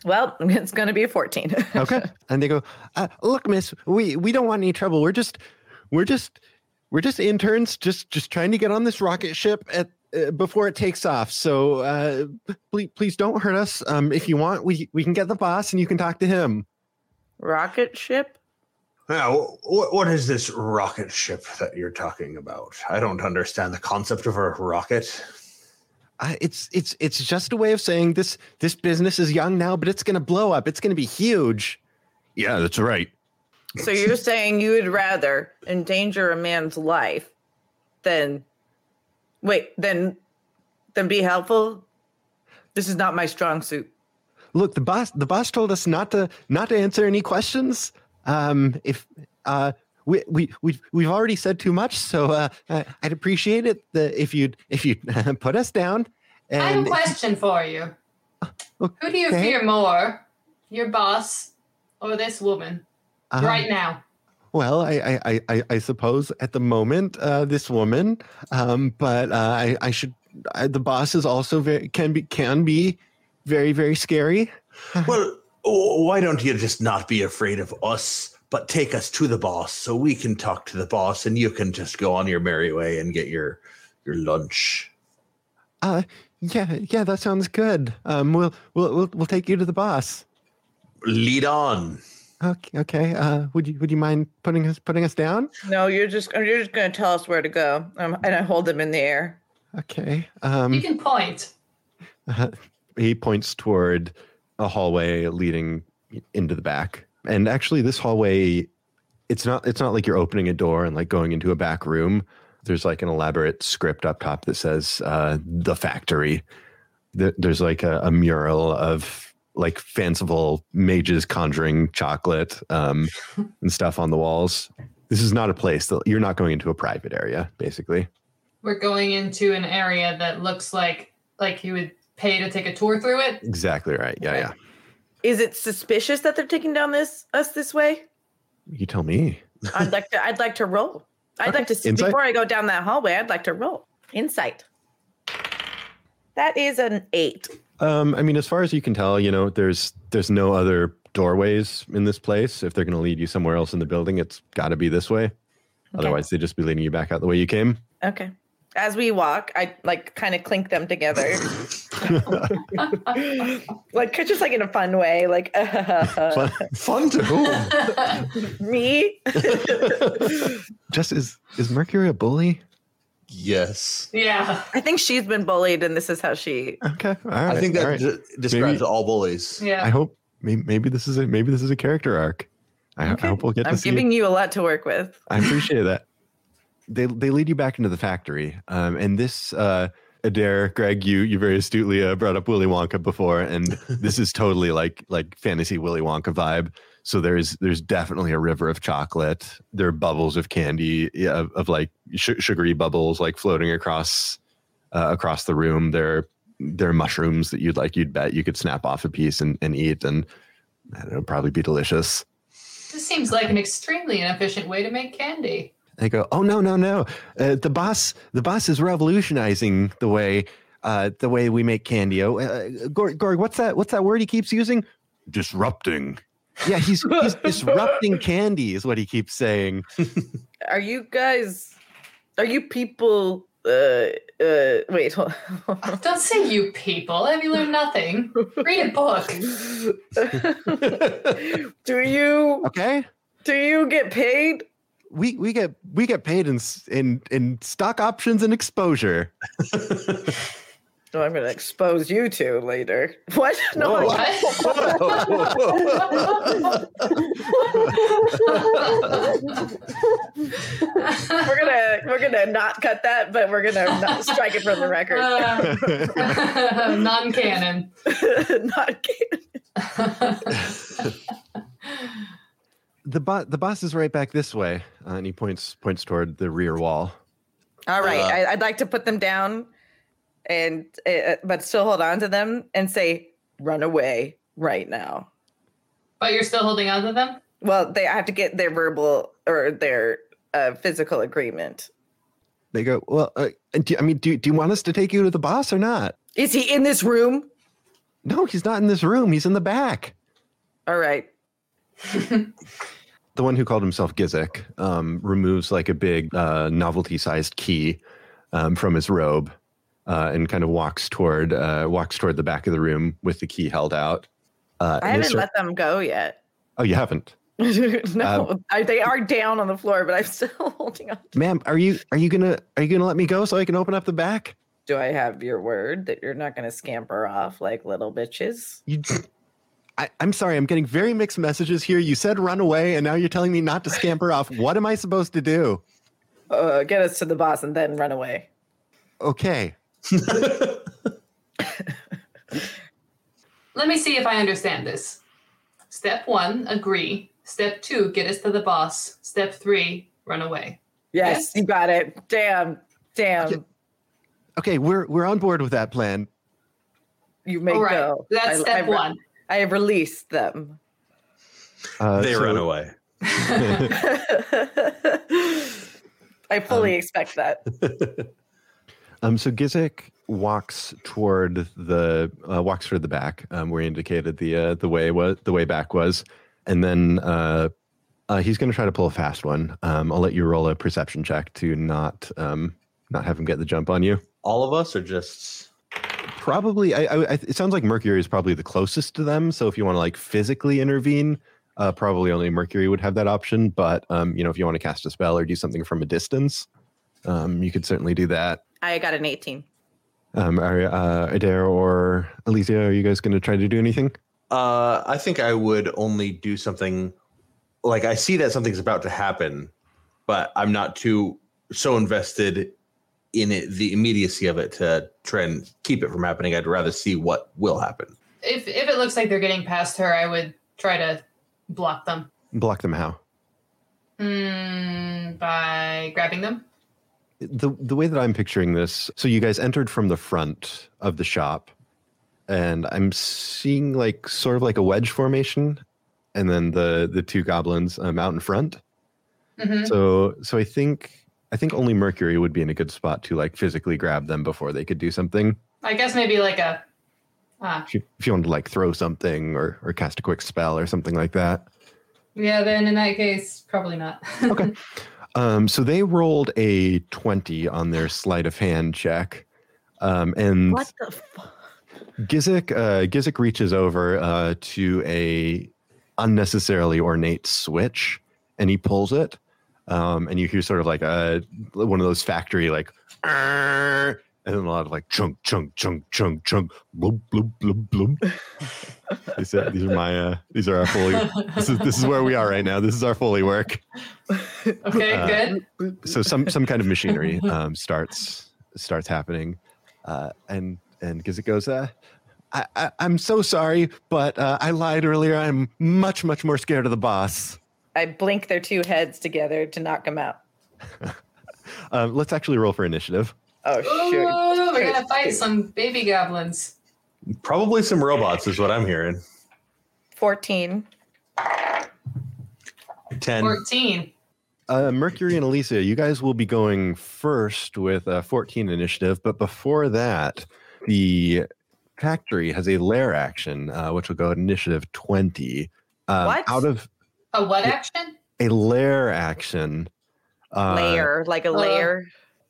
Speaker 2: well, [LAUGHS] it's gonna be a fourteen. [LAUGHS]
Speaker 1: okay and they go uh, look miss we we don't want any trouble we're just we're just we're just interns just just trying to get on this rocket ship at uh, before it takes off so uh please please don't hurt us um if you want we we can get the boss and you can talk to him
Speaker 2: Rocket ship.
Speaker 4: Now, what, what is this rocket ship that you're talking about? I don't understand the concept of a rocket.
Speaker 1: uh, it's it's it's just a way of saying this this business is young now but it's gonna blow up it's gonna be huge yeah that's right
Speaker 2: So you're saying you would rather endanger a man's life than wait, then then be helpful? This is not my strong suit.
Speaker 1: Look, the boss the boss told us not to not to answer any questions. Um if uh we we we've, we've already said too much, so uh, I- I'd appreciate it the, if you'd [LAUGHS] if you would put us down. And
Speaker 3: I have a question for you. Who do you
Speaker 1: okay.
Speaker 3: fear more, your boss or this woman,
Speaker 1: um,
Speaker 3: right now?
Speaker 1: Well, I, I- I, I, I suppose at the moment uh, this woman, um, but uh, I, I should. I, the boss is also very can be can be very very scary.
Speaker 4: Well, w- why don't you just not be afraid of us, but take us to the boss so we can talk to the boss and you can just go on your merry way and get your your lunch.
Speaker 1: Uh, yeah, yeah, that sounds good. Um, we'll we'll we'll, we'll take you to the boss.
Speaker 4: Lead on.
Speaker 1: Okay, okay. Uh, would you would you mind putting us putting us down?
Speaker 2: No, you're just you're just gonna tell us where to go. Um, and I hold them in the air.
Speaker 1: Okay. Um,
Speaker 3: You can point.
Speaker 1: [LAUGHS] he points toward a hallway leading into the back and actually this hallway it's not it's not like you're opening a door and like going into a back room there's like an elaborate script up top that says uh, the factory There- there's like a, a mural of like fanciful mages conjuring chocolate um, and stuff on the walls this is not a place that you're not going into a private area basically
Speaker 3: We're going into an area that looks like like you would pay to take a tour through it.
Speaker 1: [LAUGHS] exactly right yeah yeah
Speaker 2: Is it suspicious that they're taking down this us this way?
Speaker 1: you tell me
Speaker 2: I'd like to I'd like to roll. I'd like to see
Speaker 1: Insight?
Speaker 2: before I go down that hallway, I'd like to roll. Insight. That is an eight.
Speaker 1: Um, I mean, as far as you can tell, you know, there's there's no other doorways in this place. If they're going to lead you somewhere else in the building, it's got to be this way. Otherwise, they'd just be leading you back out the way you
Speaker 2: [LAUGHS]
Speaker 1: came.
Speaker 2: Okay. As we walk, I like kind of clink them together. Oh, like just like in a fun way, like [LAUGHS]
Speaker 1: fun, fun to whom?
Speaker 2: me.
Speaker 1: just is is Mercury a bully?
Speaker 4: [LAUGHS] Yes.
Speaker 3: yeah.
Speaker 2: I think she's been bullied and this is how she
Speaker 1: Okay, all right.
Speaker 4: I think that
Speaker 1: all right.
Speaker 4: d- describes
Speaker 1: Maybe- [LAUGHS]
Speaker 4: all bullies.
Speaker 1: I
Speaker 3: Yeah.
Speaker 1: hope maybe, maybe this is a maybe this is a character arc. I, I
Speaker 2: Okay.
Speaker 1: hope we'll get
Speaker 2: I'm
Speaker 1: to see.
Speaker 2: giving you a lot to work with.
Speaker 1: I appreciate that. They they lead you back into the factory, um, and this uh, Adair, Greg, you you very astutely uh, brought up Willy Wonka before, and this is totally like like fantasy Willy Wonka vibe. So there is there's definitely a river of chocolate. There are bubbles of candy yeah, of, of like su- sugary bubbles like floating across uh, across the room. There are, there are mushrooms that you'd like you'd bet you could snap off a piece and, and eat, and I don't know, probably be delicious.
Speaker 3: This seems like an extremely inefficient way to make candy.
Speaker 1: They go, "Oh no, no, no! Uh, the boss, the boss is revolutionizing the way, uh, the way we make candy." Oh, uh, Gorg, Gorg, what's that? What's that word he keeps using? Disrupting. Yeah, he's he's disrupting candy, is what he keeps saying.
Speaker 2: Are you guys are you people uh uh wait hold on. [LAUGHS]
Speaker 3: Don't say you people. Have you learned nothing? Read a book.
Speaker 2: do you
Speaker 1: Okay,
Speaker 2: do you get paid?
Speaker 1: we we get we get paid in s- in in stock options and exposure. [LAUGHS]
Speaker 2: No, I'm gonna expose you two later. [LAUGHS] What? No,
Speaker 1: Whoa.
Speaker 2: I-
Speaker 3: What? [LAUGHS]
Speaker 2: we're gonna we're gonna not cut that, but we're gonna [LAUGHS] not strike it from the record.
Speaker 3: [LAUGHS] Uh, non-canon.
Speaker 2: [LAUGHS] not get-
Speaker 1: the bo- the boss is right back this way, uh, and he points points toward the rear wall.
Speaker 2: All right,
Speaker 4: Uh,
Speaker 2: I, I'd like to put them down, and uh, but still hold on to them and say, "Run away right now."
Speaker 3: but you're still holding on to them?
Speaker 2: Well, they I have to get their verbal or their uh, physical agreement.
Speaker 1: They go, "Well, uh, do, I mean, do do you want us to take you to the boss or not?"
Speaker 2: Is he in this room?
Speaker 1: No, he's not in this room. He's in the back.
Speaker 2: All right.
Speaker 1: The one who called himself Gizik um, removes like a big uh, novelty-sized key um, from his robe uh, and kind of walks toward uh, walks toward the back of the room with the key held out. Uh,
Speaker 2: I
Speaker 1: and they
Speaker 2: haven't
Speaker 1: start-
Speaker 2: let them go yet. [LAUGHS]
Speaker 1: oh, you haven't,
Speaker 2: no, I, they are down on the floor, but I'm still [LAUGHS] holding on.
Speaker 1: ma'am. Are you are you gonna are you gonna let me go so I can open up the back?
Speaker 2: Do I have your word that you're not going to scamper off like little bitches?
Speaker 1: You, I, I'm sorry, I'm getting very mixed messages here. You said run away, and now you're telling me not to scamper off. What am I supposed to do?
Speaker 5: Uh, get us to the boss and then run away.
Speaker 1: Okay.
Speaker 3: Let me see if I understand this. Step one, agree. Step two, get us to the boss. Step three, run away.
Speaker 5: Yes, you got it. Damn, damn.
Speaker 1: Okay. Okay, we're we're on board with that plan.
Speaker 5: You may
Speaker 3: All right,
Speaker 5: go.
Speaker 3: that's step
Speaker 5: re-
Speaker 3: one.
Speaker 5: I have released
Speaker 2: [LAUGHS]
Speaker 5: them.
Speaker 1: Uh,
Speaker 4: they
Speaker 1: so-
Speaker 4: run away.
Speaker 5: [LAUGHS] I fully expect that.
Speaker 1: Um, so Gizik walks toward the uh, walks toward the back, um, where he indicated the uh, the way was the way back was, and then uh, uh, he's going to try to pull a fast one. Um, I'll let you roll a perception check to not um, not have him get the jump on you.
Speaker 4: All of us are just.
Speaker 1: Probably, I, I, I- it sounds like Mercury is probably the closest to them. So if you want to like physically intervene, uh, probably only Mercury would have that option. But um, you know, if you want to cast a spell or do something from a distance, um, you could certainly do that.
Speaker 2: I got an 18.
Speaker 1: Um, are uh, Adair or Alicia? Are you guys going to try to do anything?
Speaker 4: Uh, I think I would only do something like I see that something's about to happen, but I'm not too so invested in it, the immediacy of it to try and keep it from happening. I'd rather see what will happen.
Speaker 3: If if it looks like they're getting past her, I would try to block them
Speaker 1: Block them how?
Speaker 3: Hmm, by grabbing them.
Speaker 1: The the way that I'm picturing this. So you guys entered from the front of the shop, and I'm seeing like sort of like a wedge formation, and then the the two goblins um, out in front.
Speaker 3: hmm
Speaker 1: So so I think I think only Mercury would be in a good spot to like physically grab them before they could do something.
Speaker 3: I guess maybe like a. Ah,
Speaker 1: If you, if you wanted to like throw something or or cast a quick spell or something like that.
Speaker 3: yeah. Then in that case, probably not.
Speaker 1: Okay. Um, so they rolled a 20 on their sleight of hand check. Um, and
Speaker 5: What the fuck?
Speaker 1: Gizik, uh, Gizik reaches over uh, to a unnecessarily ornate switch and he pulls it. Um, and you hear sort of like a, one of those factory like, "Arr!" and then a lot of like chunk, chunk, chunk, chunk, chunk, bloop, bloop, bloop, bloop. these, are, these are my, uh, these are our Foley. This is, this is where we are right now. This is our Foley work.
Speaker 3: [LAUGHS] okay.
Speaker 1: Uh,
Speaker 3: good.
Speaker 1: so some some kind of machinery um, starts starts happening, uh, and and Gizzet goes, uh, I, I I'm so sorry, but uh, I lied earlier. I'm much much more scared of the boss.
Speaker 5: I blink their two heads together to knock them out.
Speaker 1: Um, let's actually roll for initiative.
Speaker 5: Oh, shoot.
Speaker 3: Ooh, we're gonna
Speaker 5: Shoot.
Speaker 3: fight some baby goblins.
Speaker 4: Probably some robots is what I'm hearing.
Speaker 5: 14.
Speaker 4: Ten.
Speaker 3: Fourteen.
Speaker 1: Uh, Mercury and Alicia, you guys will be going first with a 14 initiative, but before that, the factory has a lair action, uh, which will go at initiative 20. Um,
Speaker 5: What?
Speaker 1: Out of
Speaker 3: A what
Speaker 1: Yeah.
Speaker 3: action?
Speaker 1: a lair action. Uh,
Speaker 5: layer, like a
Speaker 3: uh,
Speaker 5: layer.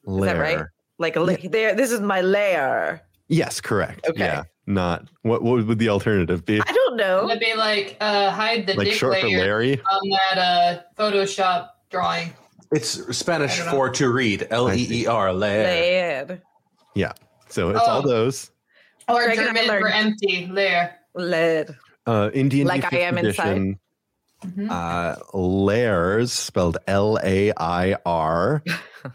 Speaker 1: Lair.
Speaker 5: that right? Like a la- there. This is my layer.
Speaker 1: Yes, correct.
Speaker 5: Okay.
Speaker 1: Yeah, not what. What would the alternative be?
Speaker 5: I don't know.
Speaker 3: It'd be like uh, hide the
Speaker 1: Oh. Like
Speaker 3: dick
Speaker 1: short for
Speaker 3: layer
Speaker 1: Larry.
Speaker 3: on that uh, Photoshop drawing.
Speaker 4: It's Spanish
Speaker 3: I don't know.
Speaker 4: for to read. L E E R. Lair.
Speaker 5: Layer.
Speaker 1: So it's all
Speaker 3: Oh.
Speaker 1: those.
Speaker 3: Or
Speaker 5: Greg and I
Speaker 3: German for
Speaker 5: learned-
Speaker 3: empty layer.
Speaker 5: Layer.
Speaker 1: Uh, Indian
Speaker 5: Like I am inside.
Speaker 1: edition.
Speaker 5: Mm-hmm.
Speaker 3: Mhm.
Speaker 1: Uh, lairs spelled L A I
Speaker 5: [LAUGHS]
Speaker 1: R.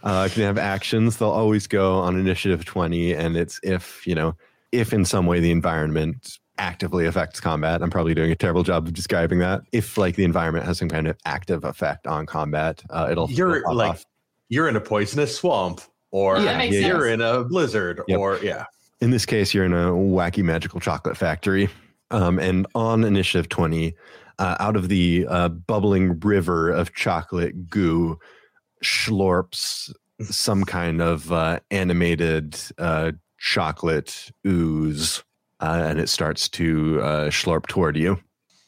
Speaker 1: Uh, can have actions. They'll always go on initiative twenty, and it's if you know if in some way the environment actively affects combat. I'm probably doing a terrible job of describing that. If like the environment has some kind of active effect on combat, uh, it'll
Speaker 4: You're
Speaker 1: it'll pop
Speaker 4: like
Speaker 1: off.
Speaker 4: you're in a poisonous swamp, or
Speaker 3: Yeah, that makes
Speaker 1: yeah,
Speaker 4: you're
Speaker 3: sense.
Speaker 4: in a blizzard,
Speaker 1: Yep.
Speaker 4: or yeah.
Speaker 1: in this case, you're in a wacky magical chocolate factory. Um, and on initiative 20, uh, out of the uh, bubbling river of chocolate goo, schlorps some kind of uh, animated uh, chocolate ooze. Uh, and it starts to uh, schlorp toward you.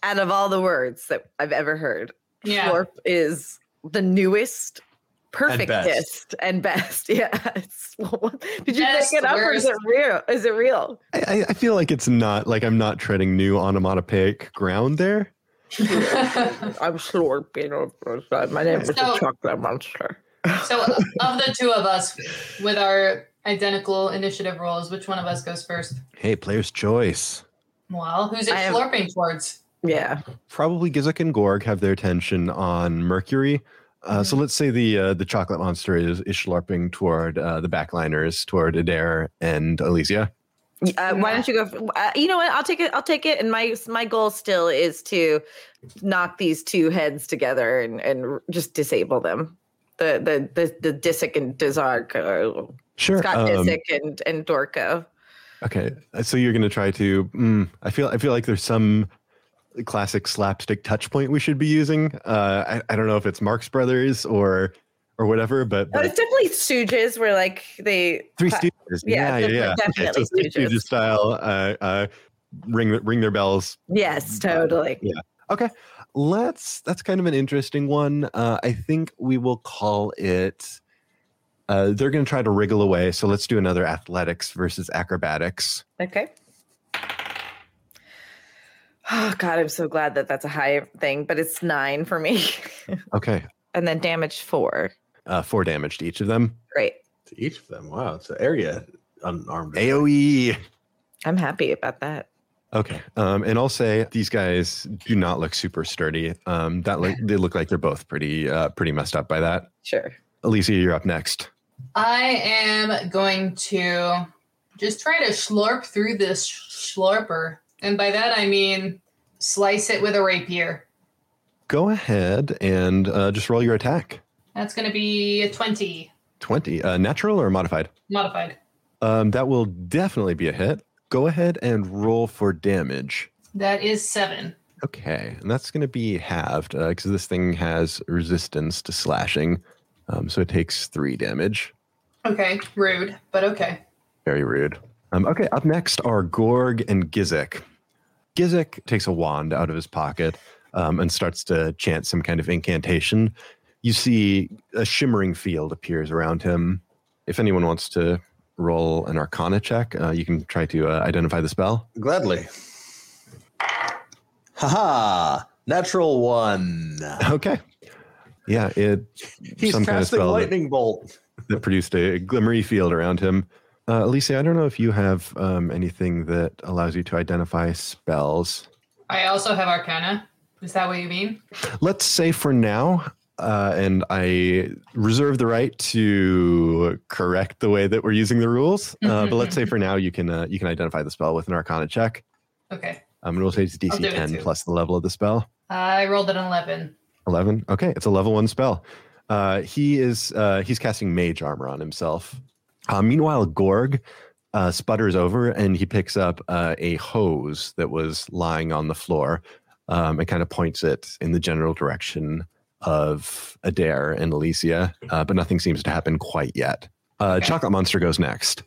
Speaker 5: Out of all the words that I've ever heard, [LAUGHS]
Speaker 3: Yeah.
Speaker 5: Florp is the newest, perfectest,
Speaker 4: best.
Speaker 5: and best. [LAUGHS] Yeah. It's- Did you
Speaker 3: Best,
Speaker 5: make it up or is it
Speaker 3: worst.
Speaker 5: real? Is it
Speaker 3: [LAUGHS]
Speaker 5: real?
Speaker 1: I, I- I feel like it's not like I'm not treading new onomatopoeic ground there.
Speaker 5: I'm slurping over. My name
Speaker 3: is the So-
Speaker 5: chocolate monster.
Speaker 3: [LAUGHS] so, of the two of us, with our identical initiative rolls, which one of us goes first?
Speaker 1: Hey, player's choice.
Speaker 3: Well, who's it
Speaker 5: I have-
Speaker 3: slurping towards?
Speaker 5: Yeah.
Speaker 1: Probably Gizek and Gorg have their attention on Mercury. Uh,
Speaker 5: Mm-hmm.
Speaker 1: so let's say the uh, the chocolate monster is, is schlarping toward uh, the backliners, toward Adair and Elysia.
Speaker 5: Uh,
Speaker 2: Uh, why don't you go? For, uh, you know what? I'll take it. I'll take it. And my my goal still is to knock these two heads together and and just disable them. The the the the Disick and Dizark, or
Speaker 1: Sure.
Speaker 2: Scott
Speaker 1: um,
Speaker 2: Disick and and Dorco.
Speaker 1: Okay, uh, so you're going to try to. Mm, I feel. I feel like there's some classic slapstick touch point we should be using. Uh, I, I don't know if it's Marx Brothers or or whatever, but,
Speaker 5: Oh,
Speaker 1: but
Speaker 5: it's definitely Stooges where like they
Speaker 1: Three Stooges.
Speaker 5: yeah,
Speaker 1: yeah, yeah.
Speaker 5: definitely-
Speaker 1: yeah. Okay, so
Speaker 5: definitely
Speaker 1: Three
Speaker 5: Stooges.
Speaker 1: Stooges style. Uh, uh, ring the- ring their bells. Mm,
Speaker 5: Yes, totally.
Speaker 1: Let's. That's kind of an interesting one. Uh, I think we will call it. Uh, they're going to try to wriggle away. So let's do another athletics versus acrobatics.
Speaker 5: Okay. Oh god, I'm so glad that that's a high thing, but it's 9 for me.
Speaker 1: Okay,
Speaker 2: [LAUGHS] and then damage four.
Speaker 1: uh, four damage to each of them.
Speaker 5: Great.
Speaker 4: To each of them. Wow, it's an area unarmed.
Speaker 1: E AOE.
Speaker 2: I'm happy about that.
Speaker 1: Okay. Um, and I'll say these guys do not look super sturdy. Um, that look, they look like they're both pretty uh, pretty messed up by that.
Speaker 5: Sure.
Speaker 1: Alicia, you're up next.
Speaker 3: I am going to just try to slurp through this slurper. And by that, I mean slice it with a rapier.
Speaker 1: Go ahead and uh, just roll your attack.
Speaker 3: That's going to be a 20
Speaker 1: Twenty, uh, natural or modified?
Speaker 3: modified.
Speaker 1: Um, that will definitely be a hit. Go ahead and roll for damage.
Speaker 3: That is seven.
Speaker 1: Okay, and that's going to be halved because this thing has resistance to slashing, um, so it takes three damage.
Speaker 3: Okay, rude, but okay.
Speaker 1: Very rude. Um, okay, up next are Gorg and Gizek. Gizek takes a wand out of his pocket um, and starts to chant some kind of incantation. You see a shimmering field appears around him. If anyone wants to roll an arcana check, uh, you can try to uh, identify the spell.
Speaker 4: Gladly. Haha. Natural one.
Speaker 1: Okay. Yeah, it
Speaker 4: He's
Speaker 1: Some kind of
Speaker 4: casting
Speaker 1: spell that-
Speaker 4: lightning bolt.
Speaker 1: that produced a glimmery field around him. Uh, Elise, I don't know if you have um, anything that allows you to identify spells.
Speaker 3: I also have Arcana. Is that what you mean?
Speaker 1: Let's say for now, uh, and I reserve the right to correct the way that we're using the rules. Uh, but let's say for now, you can uh, you can identify the spell with an Arcana check.
Speaker 3: Okay.
Speaker 1: Um, and we'll say it's DC
Speaker 3: do it
Speaker 1: 10
Speaker 3: too.
Speaker 1: plus the level of the spell.
Speaker 3: I rolled an 11.
Speaker 1: 11. Okay, it's a level one spell. Uh, he is uh, he's casting mage armor on himself. Uh, meanwhile, Gorg uh, sputters over and he picks up uh, a hose that was lying on the floor um, and kind of points it in the general direction of Adair and Alicia, uh, but nothing seems to happen quite yet. Uh,
Speaker 3: Mm-hmm. Okay.
Speaker 1: Chocolate Monster goes next.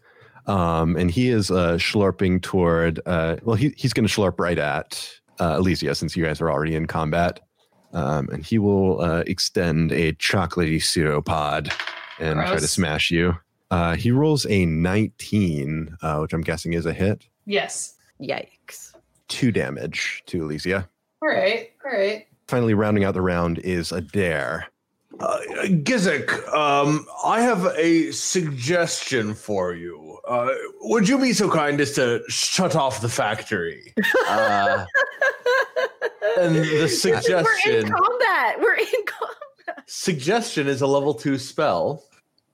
Speaker 1: Um, and he is uh, schlurping toward, uh, well, he, he's going to schlurp right at uh, Alicia since you guys are already in combat. Um, and he will uh, extend a chocolatey pseudopod and try to
Speaker 3: Gross.
Speaker 1: smash you. Uh, he rolls a 19, uh, which I'm guessing is a hit.
Speaker 3: Yes.
Speaker 2: Yikes!
Speaker 1: Two damage to Alicia.
Speaker 3: All right. All [LAUGHS] right.
Speaker 1: Finally, rounding out the round is Adair.
Speaker 4: Uh, Gizek, um, I have a suggestion for you. Uh, would you be so kind as to shut off the [LAUGHS] factory? Uh, [LAUGHS] and the
Speaker 2: We're in
Speaker 4: suggestion
Speaker 2: combat. We're in combat.
Speaker 4: suggestion is a level two spell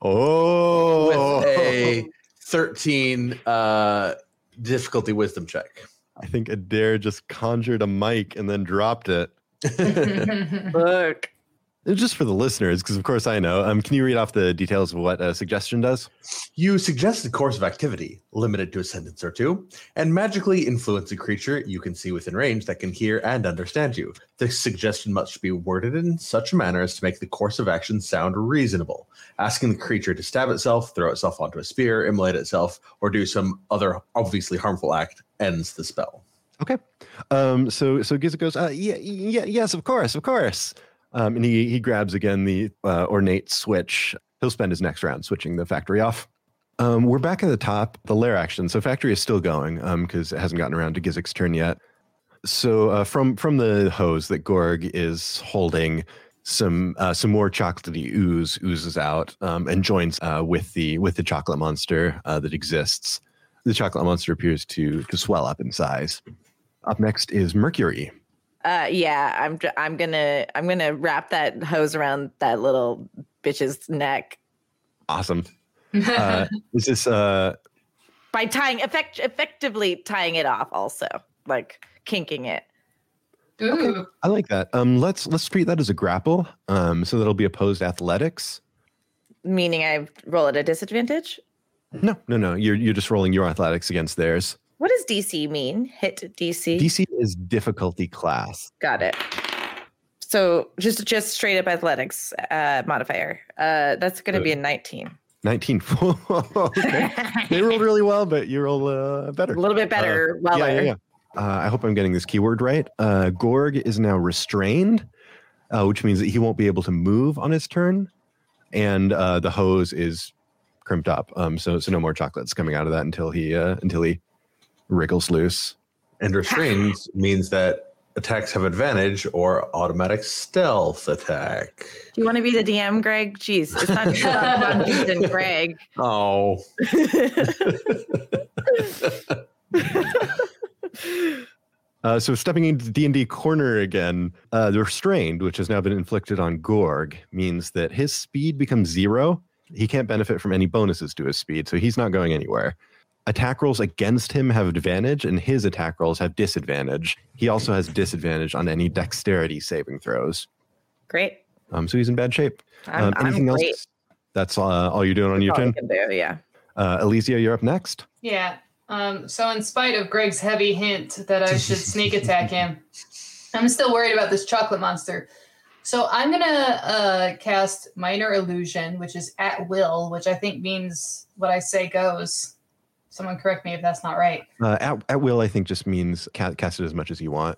Speaker 1: Oh, [LAUGHS]
Speaker 4: with a thirteen uh, difficulty wisdom [LAUGHS] check.
Speaker 1: I think Adair just conjured a mic and then dropped it.
Speaker 5: Look.
Speaker 1: Just for the listeners, because of course I know. Um, can you read off the details of what a suggestion does?
Speaker 4: You suggest a course of activity, limited to a sentence or two, and magically influence a creature you can see within range that can hear and understand you. The suggestion must be worded in such a manner as to make the course of action sound reasonable. Asking the creature to stab itself, throw itself onto a spear, immolate itself, or do some other obviously harmful act ends the spell.
Speaker 1: Um, so so Giza goes, uh, yeah, yeah, yes, of course, of course. Um, and he he grabs again the uh, ornate switch. He'll spend his next round switching the factory off. Um, we're back at the top, the lair action. So factory is still going because it hasn't gotten around to Gizik's turn yet. So uh, from from the hose that Gorg is holding, some uh, some more chocolatey ooze oozes out um, and joins uh, with the with the chocolate monster uh, that exists. The chocolate monster appears to to swell up in size Up next is Mercury.
Speaker 2: Uh, yeah, I'm dr- I'm gonna I'm gonna wrap that hose around that little bitch's neck [LAUGHS]
Speaker 1: Awesome. Uh, is this uh,
Speaker 2: by tying effect effectively tying it off also like kinking it.
Speaker 3: Ooh.
Speaker 1: I like that. Um, let's let's treat that as a grapple. Um, so that'll be opposed athletics.
Speaker 2: Meaning I roll at a disadvantage.
Speaker 1: No, no, no. You're you're just rolling your athletics against theirs.
Speaker 2: What does DC mean? Hit DC.
Speaker 1: DC is difficulty class.
Speaker 2: Got it. So just just straight up athletics uh, modifier. Uh, that's going to be a 19.
Speaker 1: [LAUGHS] 19.
Speaker 2: [LAUGHS]
Speaker 1: okay. they rolled really well, but you rolled uh, better.
Speaker 2: A little bit better.
Speaker 1: Yeah,
Speaker 2: well,
Speaker 1: yeah, yeah. Uh, I hope I'm getting this keyword right. Uh, Gorg is now restrained, uh, which means that he won't be able to move on his turn, and uh, the hose is crimped up. Um, so so no more chocolates coming out of that until he uh, until he wriggles loose.
Speaker 4: And restrained means that attacks have advantage or automatic stealth attack.
Speaker 2: Do you want to be the DM, Greg? Jeez,
Speaker 1: [LAUGHS]
Speaker 2: it's not just about Jeez and Greg.
Speaker 4: Oh,
Speaker 1: Uh, so stepping into D and D corner again, uh, the restrained, which has now been inflicted on Gorg, means that his speed becomes zero. He can't benefit from any bonuses to his speed, so he's not going anywhere. Attack rolls against him have advantage, and his attack rolls have disadvantage. He also has disadvantage on any dexterity saving throws.
Speaker 2: Great.
Speaker 1: Um, so he's in bad shape.
Speaker 2: I'm,
Speaker 1: um, anything
Speaker 2: I'm
Speaker 1: else?
Speaker 2: great.
Speaker 1: That's uh, all you're doing on your
Speaker 2: Probably
Speaker 1: turn.
Speaker 2: can do, yeah.
Speaker 1: Uh, Elysia, you're up next.
Speaker 3: Yeah. Um, so, in spite of Greg's heavy hint that I should sneak attack him, I'm still worried about this chocolate monster. So, I'm going to uh, cast Minor Illusion, which is at will, which I think means what I say goes. Someone correct me if that's not right.
Speaker 1: Uh, at, at will, I think just means ca- cast it as much as you want.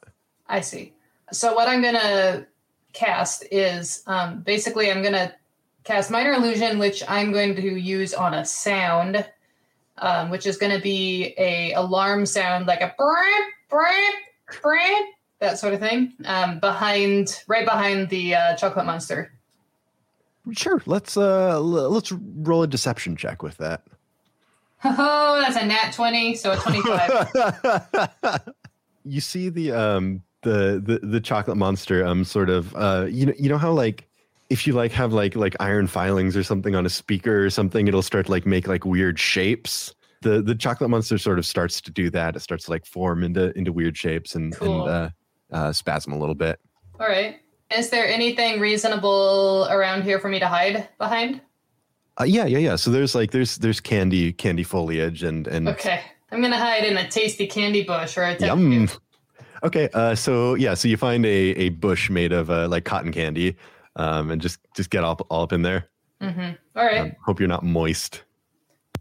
Speaker 3: I see. So what I'm gonna cast is um, basically I'm gonna cast minor illusion, which I'm going to use on a sound, um, which is gonna be a alarm sound like a brrrt, brrrt, brrrt, that sort of thing, um, behind right behind the uh, chocolate monster.
Speaker 1: Sure. Let's uh l- let's roll a deception check with that.
Speaker 3: Oh, that's a nat twenty, so a twenty-five.
Speaker 1: [LAUGHS] you see the um the, the the chocolate monster um sort of uh you know you know how like if you like have like like iron filings or something on a speaker or something it'll start to like make like weird shapes. The the chocolate monster sort of starts to do that. It starts to like form into into weird shapes and
Speaker 3: Cool.
Speaker 1: and uh, uh spasm a little bit.
Speaker 3: All right. Is there anything reasonable around here for me to hide behind?
Speaker 1: Uh, yeah, yeah, yeah. So there's like there's there's candy candy foliage and and
Speaker 3: Okay. I'm gonna hide in a tasty candy bush or a
Speaker 1: Yum. Okay, uh, so yeah, so you find a, a bush made of uh, like cotton candy, um, and just just get all, all up in there.
Speaker 3: Mm-hmm. All right.
Speaker 1: Um, hope you're not moist.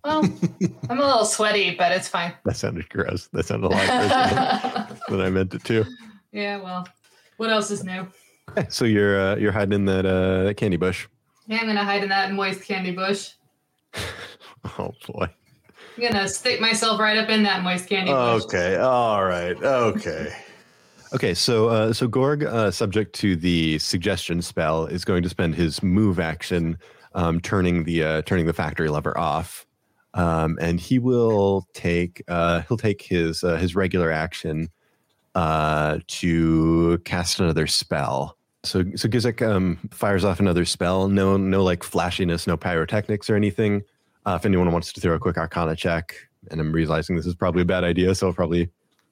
Speaker 1: Um,
Speaker 3: Well,
Speaker 1: [LAUGHS]
Speaker 3: I'm a little sweaty, but it's fine.
Speaker 1: That sounded gross. That sounded a lot worse than-
Speaker 3: [LAUGHS] yeah.
Speaker 1: than I meant it to.
Speaker 3: Well, what else is new?
Speaker 1: Okay, so you're uh, you're hiding in that uh, that candy bush. [LAUGHS]
Speaker 3: Yeah, I'm gonna hide in that moist candy bush.
Speaker 1: Oh boy.
Speaker 3: I'm gonna stick myself right up in that moist candy
Speaker 1: Oh,
Speaker 3: bush.
Speaker 4: okay, all right, okay.
Speaker 1: Okay, so uh, so Gorg, uh, subject to the suggestion spell, is going to spend his move action um, turning the uh, turning the factory lever off, um, and he will take uh, he'll take his uh, his regular action uh, to cast another spell. So so Gizik um, fires off another spell. No no like flashiness, no pyrotechnics or anything. Uh, if anyone wants to throw a quick Arcana check, and I'm realizing this is probably a bad idea, so I'll probably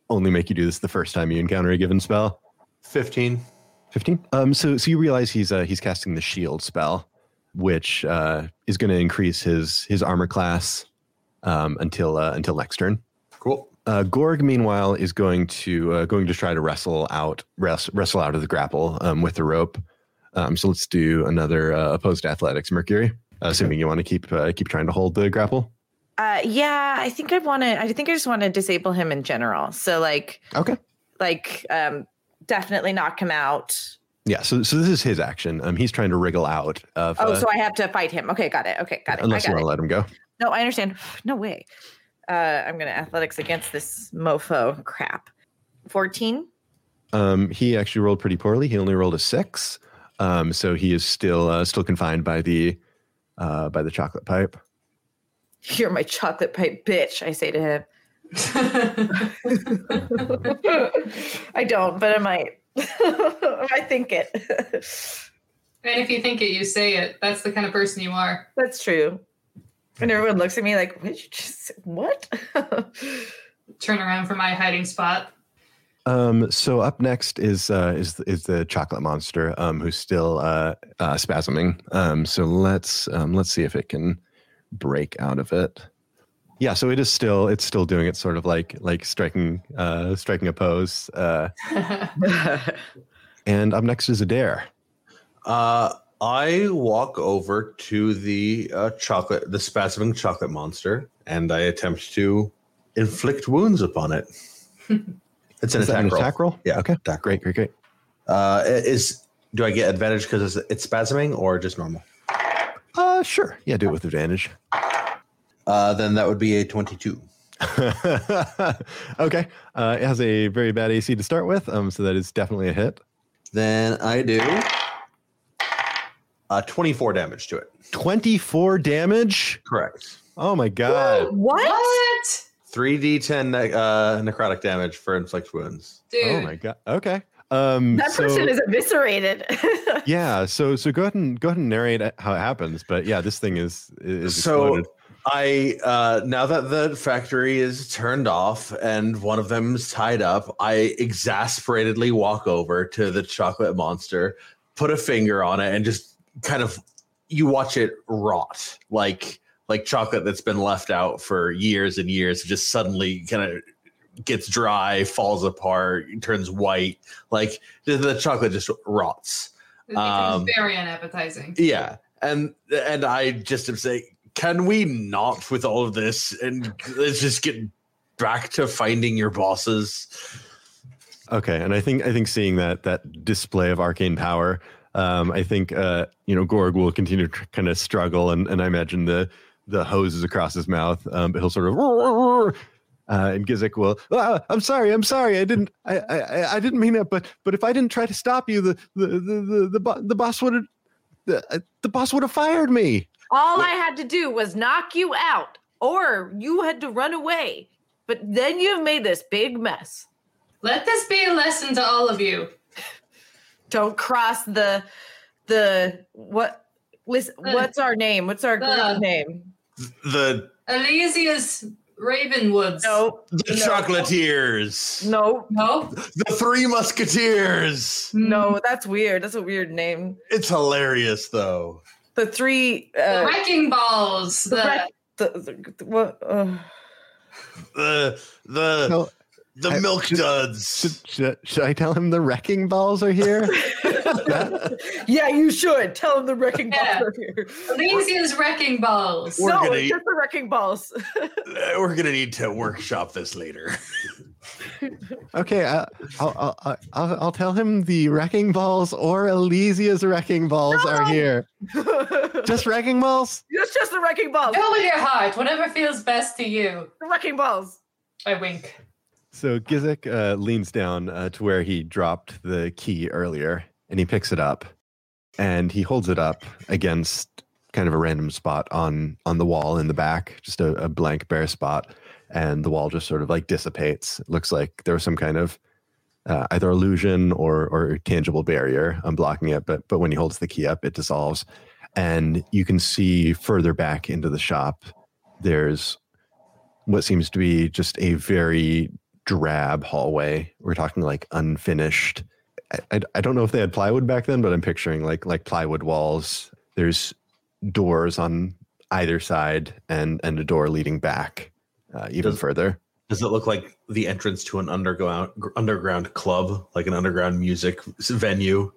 Speaker 1: only make you do this the first time you encounter a given spell.
Speaker 4: Fifteen.
Speaker 1: 15 um so so you realize he's uh he's casting the shield spell which uh is going to increase his his armor class um until uh, until next turn
Speaker 4: Cool.
Speaker 1: uh gorg meanwhile is going to uh, going to try to wrestle out wrest, wrestle out of the grapple um with the rope um so let's do another uh, opposed athletics mercury assuming you want to keep uh, keep trying to hold the grapple
Speaker 2: Uh, yeah, I think I want to. I think I just want to disable him in general. So like,
Speaker 1: okay
Speaker 2: like, um, definitely knock him out.
Speaker 1: yeah so so this is his action um he's trying to wriggle out of
Speaker 2: Oh,
Speaker 1: uh,
Speaker 2: so I have to fight him. Okay, got it. Okay, got it.
Speaker 1: unless
Speaker 2: I
Speaker 1: you want
Speaker 2: got it.
Speaker 1: to let him go
Speaker 2: No, I understand. [SIGHS] No way. Uh, I'm gonna athletics against this mofo crap. Fourteen. [LAUGHS]
Speaker 1: Um, he actually rolled pretty poorly. He only rolled a six, um, so he is still uh, still confined by the uh, by the chocolate pipe.
Speaker 2: You're my chocolate pipe bitch. I say to him. I don't, but I might. [LAUGHS] I think it.
Speaker 3: [LAUGHS]
Speaker 2: [LAUGHS]
Speaker 3: And if you think it, you say it. That's the kind of person you are.
Speaker 2: That's true. And everyone looks at me like, "What did you just? What?" [LAUGHS]
Speaker 3: Turn around for my hiding spot. [LAUGHS]
Speaker 1: Um, so up next is uh, is is the chocolate monster um, who's still uh, uh, spasming. Um, so let's um, let's see if it can break out of it. Yeah, so it is still it's still doing it, sort of like like striking uh, striking a pose. Uh, and up next is Adair.
Speaker 4: Uh, I walk over to the uh, chocolate, the spasming chocolate monster, and I attempt to inflict wounds
Speaker 1: [LAUGHS]
Speaker 4: upon it. It's an,
Speaker 1: Is that
Speaker 4: attack,
Speaker 1: an
Speaker 4: roll.
Speaker 1: attack roll?
Speaker 4: Yeah.
Speaker 1: Okay.
Speaker 4: Attack
Speaker 1: Great. Great. Great.
Speaker 4: Uh, is do I get advantage because it's, it's spasming or just normal?
Speaker 1: Uh, sure. Yeah, do it with advantage.
Speaker 4: Uh, then that would be a twenty-two.
Speaker 1: [LAUGHS] okay. Uh, it has a very bad AC to start with, um, so that is definitely a hit.
Speaker 4: Then I do uh, twenty-four damage to it.
Speaker 1: Twenty-four damage.
Speaker 4: Correct.
Speaker 1: Oh my god.
Speaker 5: What?
Speaker 3: What?
Speaker 4: Three D ten ne- uh, necrotic damage for inflict wounds.
Speaker 3: Dude.
Speaker 1: Oh my god. Okay. Um,
Speaker 2: That
Speaker 1: so-
Speaker 2: person is eviscerated. [LAUGHS]
Speaker 1: Yeah. So so go ahead and go ahead and narrate how it happens. But yeah, this thing is is
Speaker 4: so
Speaker 1: exploded.
Speaker 4: I uh, now that the factory is turned off and one of them is tied up, I exasperatedly walk over to the chocolate monster, put a finger on it, and just kind of you watch it rot like like chocolate that's been left out for years and years. It just suddenly kind of gets dry, falls apart, turns white. Like the, the chocolate just rots.
Speaker 3: It becomes
Speaker 4: Um,
Speaker 3: very unappetizing.
Speaker 4: Yeah, and and I just am saying, can we not with all of this and let's just get back to finding your bosses?
Speaker 1: Okay, and I think I think seeing that that display of arcane power, um, I think uh, you know Gorg will continue to kind of struggle, and, and I imagine the the hose is across his mouth, um, but he'll sort of. Uh, and Gizik will. "Ah, I'm sorry. I'm sorry. I didn't. I, I. I- I didn't mean that. But but if I didn't try to stop you, the the the the, the, bo- the boss would have the, uh, the boss would have fired me.
Speaker 2: All I had to do was knock you out, or you had to run away. But then you've made this big mess.
Speaker 3: Let this be a lesson to all of you.
Speaker 2: Don't cross the the what? Listen,
Speaker 3: The-
Speaker 2: what's our name? What's our
Speaker 3: the-
Speaker 2: group's name?
Speaker 4: The
Speaker 3: Elysia's Ravenwoods.
Speaker 2: No,
Speaker 4: the
Speaker 2: No.
Speaker 4: chocolatiers,
Speaker 2: no,
Speaker 3: No?
Speaker 4: the three musketeers.
Speaker 2: no. That's weird. That's a weird name.
Speaker 4: It's hilarious though.
Speaker 2: The three.
Speaker 3: The
Speaker 2: Uh,
Speaker 3: wrecking balls. The,
Speaker 2: wreck- the, the, the- what? Uh, [LAUGHS]
Speaker 4: The the
Speaker 1: No,
Speaker 4: the
Speaker 1: I-
Speaker 4: milk
Speaker 1: should,
Speaker 4: duds.
Speaker 1: should, should I tell him the wrecking balls are here?
Speaker 2: yeah, you should tell them the wrecking balls
Speaker 3: Yeah.
Speaker 2: are here.
Speaker 3: Elysia's wrecking balls.
Speaker 4: We're
Speaker 2: no,
Speaker 4: gonna
Speaker 2: it's
Speaker 4: eat-
Speaker 2: just the wrecking balls. [LAUGHS]
Speaker 4: We're gonna need to workshop this later.
Speaker 1: Okay, I, I'll, I'll- I'll, I'll, I'll tell him the wrecking balls or Elysia's wrecking balls are here.
Speaker 2: it's
Speaker 1: Just wrecking balls?
Speaker 2: just the wrecking balls.
Speaker 3: Go with your heart, whatever feels best to you.
Speaker 2: The wrecking balls.
Speaker 3: I wink.
Speaker 1: So Gizik uh, leans down uh, to where he dropped the key earlier and he picks it up and he holds it up against kind of a random spot on, on the wall in the back, just a, a blank bare spot. And the wall just sort of like dissipates. It looks like there was some kind of uh, either illusion or or tangible barrier unblocking it. But but when he holds the key up, it dissolves, and you can see further back into the shop. There's what seems to be just a very drab hallway. We're talking like unfinished. I, I, I don't know if they had plywood back then, but I'm picturing like like plywood walls. There's doors on either side and and a door leading back uh, even
Speaker 4: Does-
Speaker 1: further.
Speaker 4: Does it look like the entrance to an underground underground club, like an underground music venue?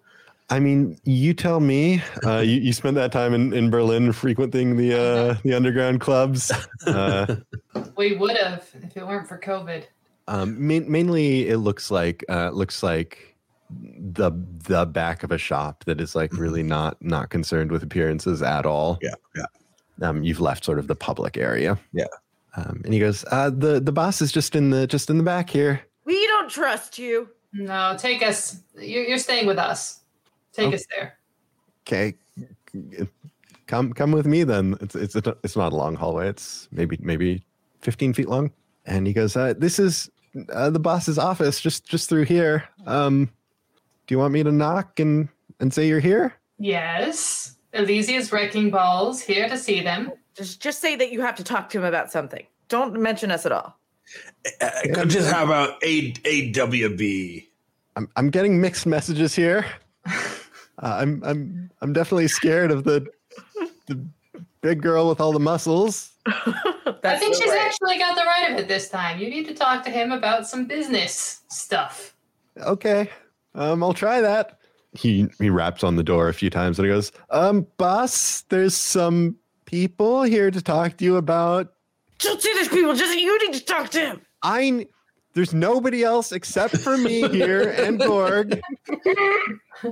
Speaker 1: I mean, you tell me. Uh, you, you spent that time in, in Berlin frequenting the uh, the underground clubs, uh,
Speaker 3: We would have if it weren't for COVID.
Speaker 1: um, main, mainly, it looks like uh, looks like the the back of a shop that is like really not not concerned with appearances at all.
Speaker 4: Mm-hmm. Yeah,
Speaker 1: yeah. Um, you've left sort of the public area.
Speaker 4: Yeah.
Speaker 1: Um, and he goes, uh, the the boss is just in the just in the back here.
Speaker 2: We don't trust you.
Speaker 3: No, take us. You're, you're staying with us. Take
Speaker 1: Oh.
Speaker 3: us there.
Speaker 1: Okay, come come with me then. It's it's a, it's not a long hallway. It's maybe maybe fifteen feet long. and he goes, uh, "This is uh, the boss's office, just just through here. Um, do you want me to knock and and say you're here?"
Speaker 3: Yes. Elysia's wrecking balls here to see them.
Speaker 2: Just just say that you have to talk to him about something. Don't mention us at all.
Speaker 6: Uh, just how about A AWB?
Speaker 1: I'm I'm getting mixed messages here. [LAUGHS] Uh, I'm I'm I'm definitely scared of the the big girl with all the muscles.
Speaker 3: I think she's actually got the right of it this time. You need to talk to him about some business stuff.
Speaker 1: Okay, um, I'll try that. He he raps on the door a few times and he goes, "Um, boss, there's some people here to talk to you about.
Speaker 5: Don't say there's people. Just you need to talk to him.
Speaker 1: I kn- there's nobody else except for [LAUGHS] me here and Gorg.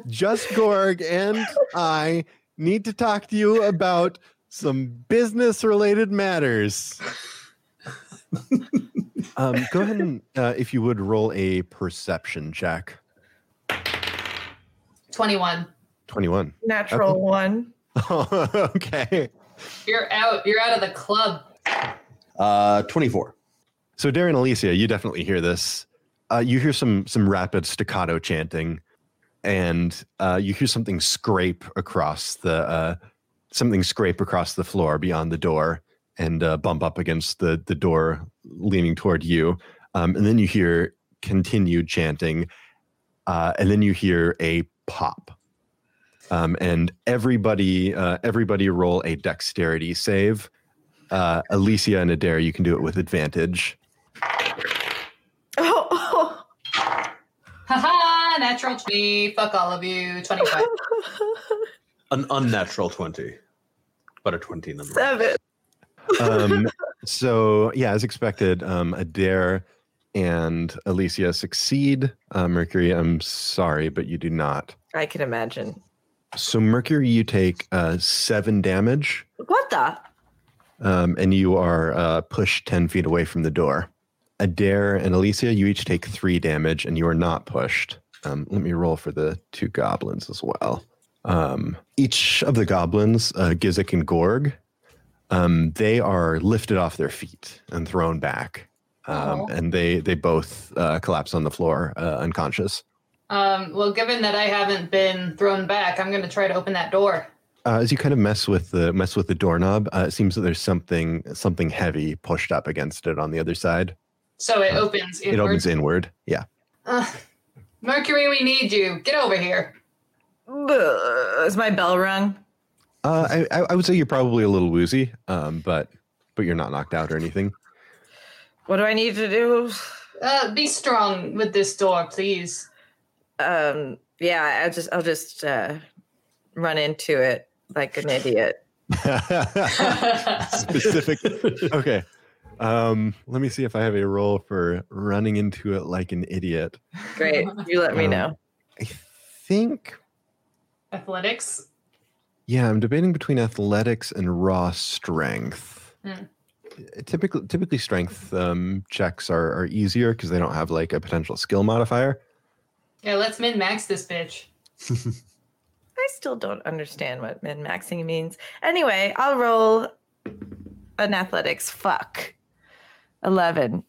Speaker 1: Just Gorg and I need to talk to you about some business related matters. [LAUGHS] um, go ahead and, uh, if you would, roll a perception check.
Speaker 3: 21.
Speaker 1: 21.
Speaker 2: Natural
Speaker 1: Okay.
Speaker 2: one. [LAUGHS]
Speaker 1: Oh, [LAUGHS] okay.
Speaker 3: You're out. You're out of the club.
Speaker 4: Uh, 24.
Speaker 1: So, Darren Alicia, you definitely hear this. Uh, you hear some some rapid staccato chanting, and uh, you hear something scrape across the uh, something scrape across the floor beyond the door and uh, bump up against the the door, leaning toward you. Um, and then you hear continued chanting, uh, and then you hear a pop. Um, and everybody, uh, everybody, roll a dexterity save. Uh, Alicia and Adair, you can do it with advantage.
Speaker 2: Oh, oh.
Speaker 3: Haha, natural 20. Fuck all of you. 25.
Speaker 4: An unnatural 20, but a 20 number.
Speaker 2: seven.
Speaker 1: um, so yeah, as expected, um, Adair and Alicia succeed. Uh, Mercury, I'm sorry, but you do not.
Speaker 2: I can imagine.
Speaker 1: So Mercury, you take uh, seven damage,
Speaker 2: What the?
Speaker 1: um, and you are uh, pushed ten feet away from the door. Adair and Alicia, you each take three damage, and you are not pushed. Um, let me roll for the two goblins as well. Um, each of the goblins, uh, Gizik and Gorg, um, they are lifted off their feet and thrown back, um,
Speaker 3: Aw.
Speaker 1: and they they both uh, collapse on the floor, uh, unconscious.
Speaker 3: Um, well, given that I haven't been thrown back, I'm going to try to open that door.
Speaker 1: Uh, as you kind of mess with the mess with the doorknob, uh, it seems that there's something something heavy pushed up against it on the other side.
Speaker 3: So it opens.
Speaker 1: It opens inward. Yeah.
Speaker 3: Ugh. Mercury, we need you. Get over here.
Speaker 2: Buh, Is my bell rung?
Speaker 1: Uh, I- I, I would say you're probably a little woozy, um, but but you're not knocked out or anything.
Speaker 5: What do I need to do?
Speaker 3: Uh, be strong with this door, [LAUGHS] please.
Speaker 5: Um, yeah, I'll just I'll just uh, run into it like an idiot.
Speaker 1: Specific. Okay. Um, let me see if I have a role for running into it like an idiot.
Speaker 5: Great, you let me
Speaker 1: Um,
Speaker 5: know.
Speaker 1: I think.
Speaker 3: Athletics.
Speaker 1: Yeah, I'm debating between athletics and raw strength.
Speaker 3: Hmm.
Speaker 1: Typically, typically strength um, checks are, are easier because they don't have like a potential skill modifier.
Speaker 3: Yeah, let's min max this bitch.
Speaker 5: I still don't understand what min maxing means. Anyway, I'll roll an athletics. Fuck. 11.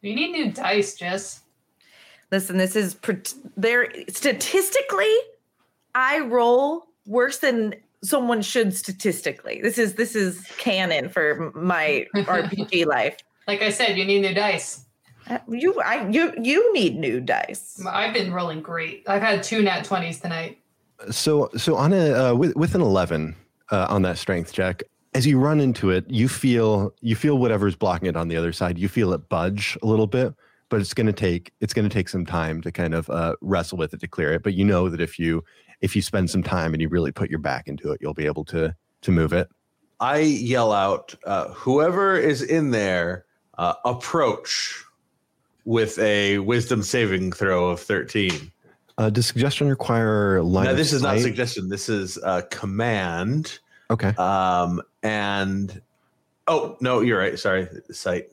Speaker 3: You need new dice, Jess.
Speaker 5: Listen, this is pr- there statistically I roll worse than someone should statistically. This is this is canon for my RPG life.
Speaker 3: Like I said, you need new dice.
Speaker 5: Uh, You I you you need new dice.
Speaker 3: I've been rolling great. I've had two nat 20s tonight.
Speaker 1: So, so on a uh, with, with an eleven uh, on that strength check, as you run into it, you feel you feel whatever's blocking it on the other side. You feel it budge a little bit, but it's going to take it's going to take some time to kind of uh, wrestle with it to clear it. But you know that if you if you spend some time and you really put your back into it, you'll be able to to move it.
Speaker 4: I yell out, uh, whoever is in there, uh, approach with a wisdom saving throw of 13.
Speaker 1: Uh, does suggestion require line?
Speaker 4: Now,
Speaker 1: of
Speaker 4: this is not
Speaker 1: sight?
Speaker 4: suggestion. This is uh, command.
Speaker 1: Okay.
Speaker 4: Um, and oh no, you're right. Sorry, sight.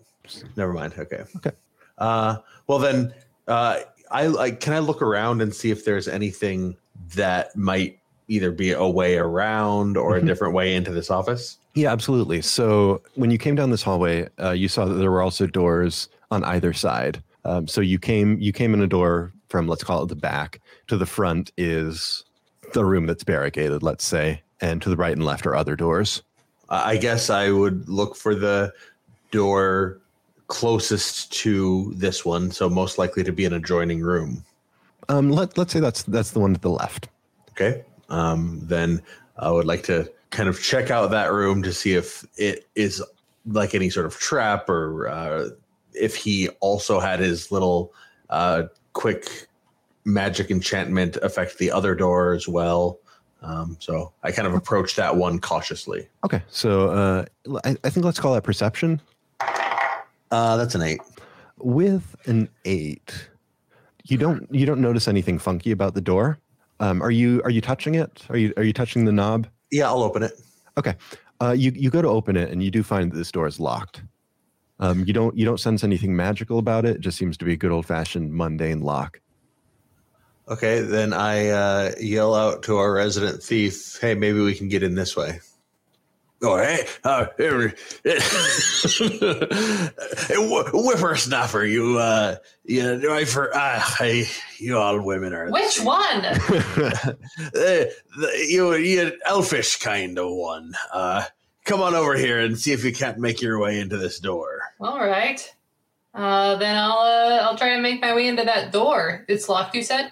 Speaker 4: Never mind. Okay.
Speaker 1: Okay.
Speaker 4: Uh, well then, uh, I like. Can I look around and see if there's anything that might either be a way around or a different way into this office?
Speaker 1: Yeah, absolutely. So when you came down this hallway, uh, you saw that there were also doors on either side. Um, so you came you came in a door from let's call it the back to the front is the room that's barricaded, let's say, and to the right and left are other doors.
Speaker 4: I I guess I would look for the door closest to this one, so most likely to be an adjoining room.
Speaker 1: Um, let let's say that's that's the one to the left.
Speaker 4: Okay. Um, then I would like to kind of check out that room to see if it is like any sort of trap or uh, if he also had his little uh, quick magic enchantment affect the other door as well. Um, so I kind of approach that one cautiously.
Speaker 1: Okay, so uh, l- I, I think let's call that perception.
Speaker 4: Uh, that's an eight.
Speaker 1: With an eight, you don't you don't notice anything funky about the door. Um, are you are you touching it? Are you are you touching the knob?
Speaker 4: Yeah, I'll open it.
Speaker 1: Uh, you you go to open it and you do find that this door is locked. Um, you don't you don't sense anything magical about it. It just seems to be a good old fashioned mundane lock.
Speaker 4: Okay, then I uh, yell out to our resident thief, "Hey, maybe we can get in this way."
Speaker 6: Oh, hey, uh, here- Hey, [LAUGHS] wh- whippersnapper, you, uh, you, I, for, uh, I, you all women are
Speaker 3: Which one?
Speaker 6: the, the, you, you elfish kind of one. Uh, come on over here and see if you can't make your way into this door.
Speaker 3: All right. Uh, then I'll uh, I'll try to make my way into that door. It's locked. You said.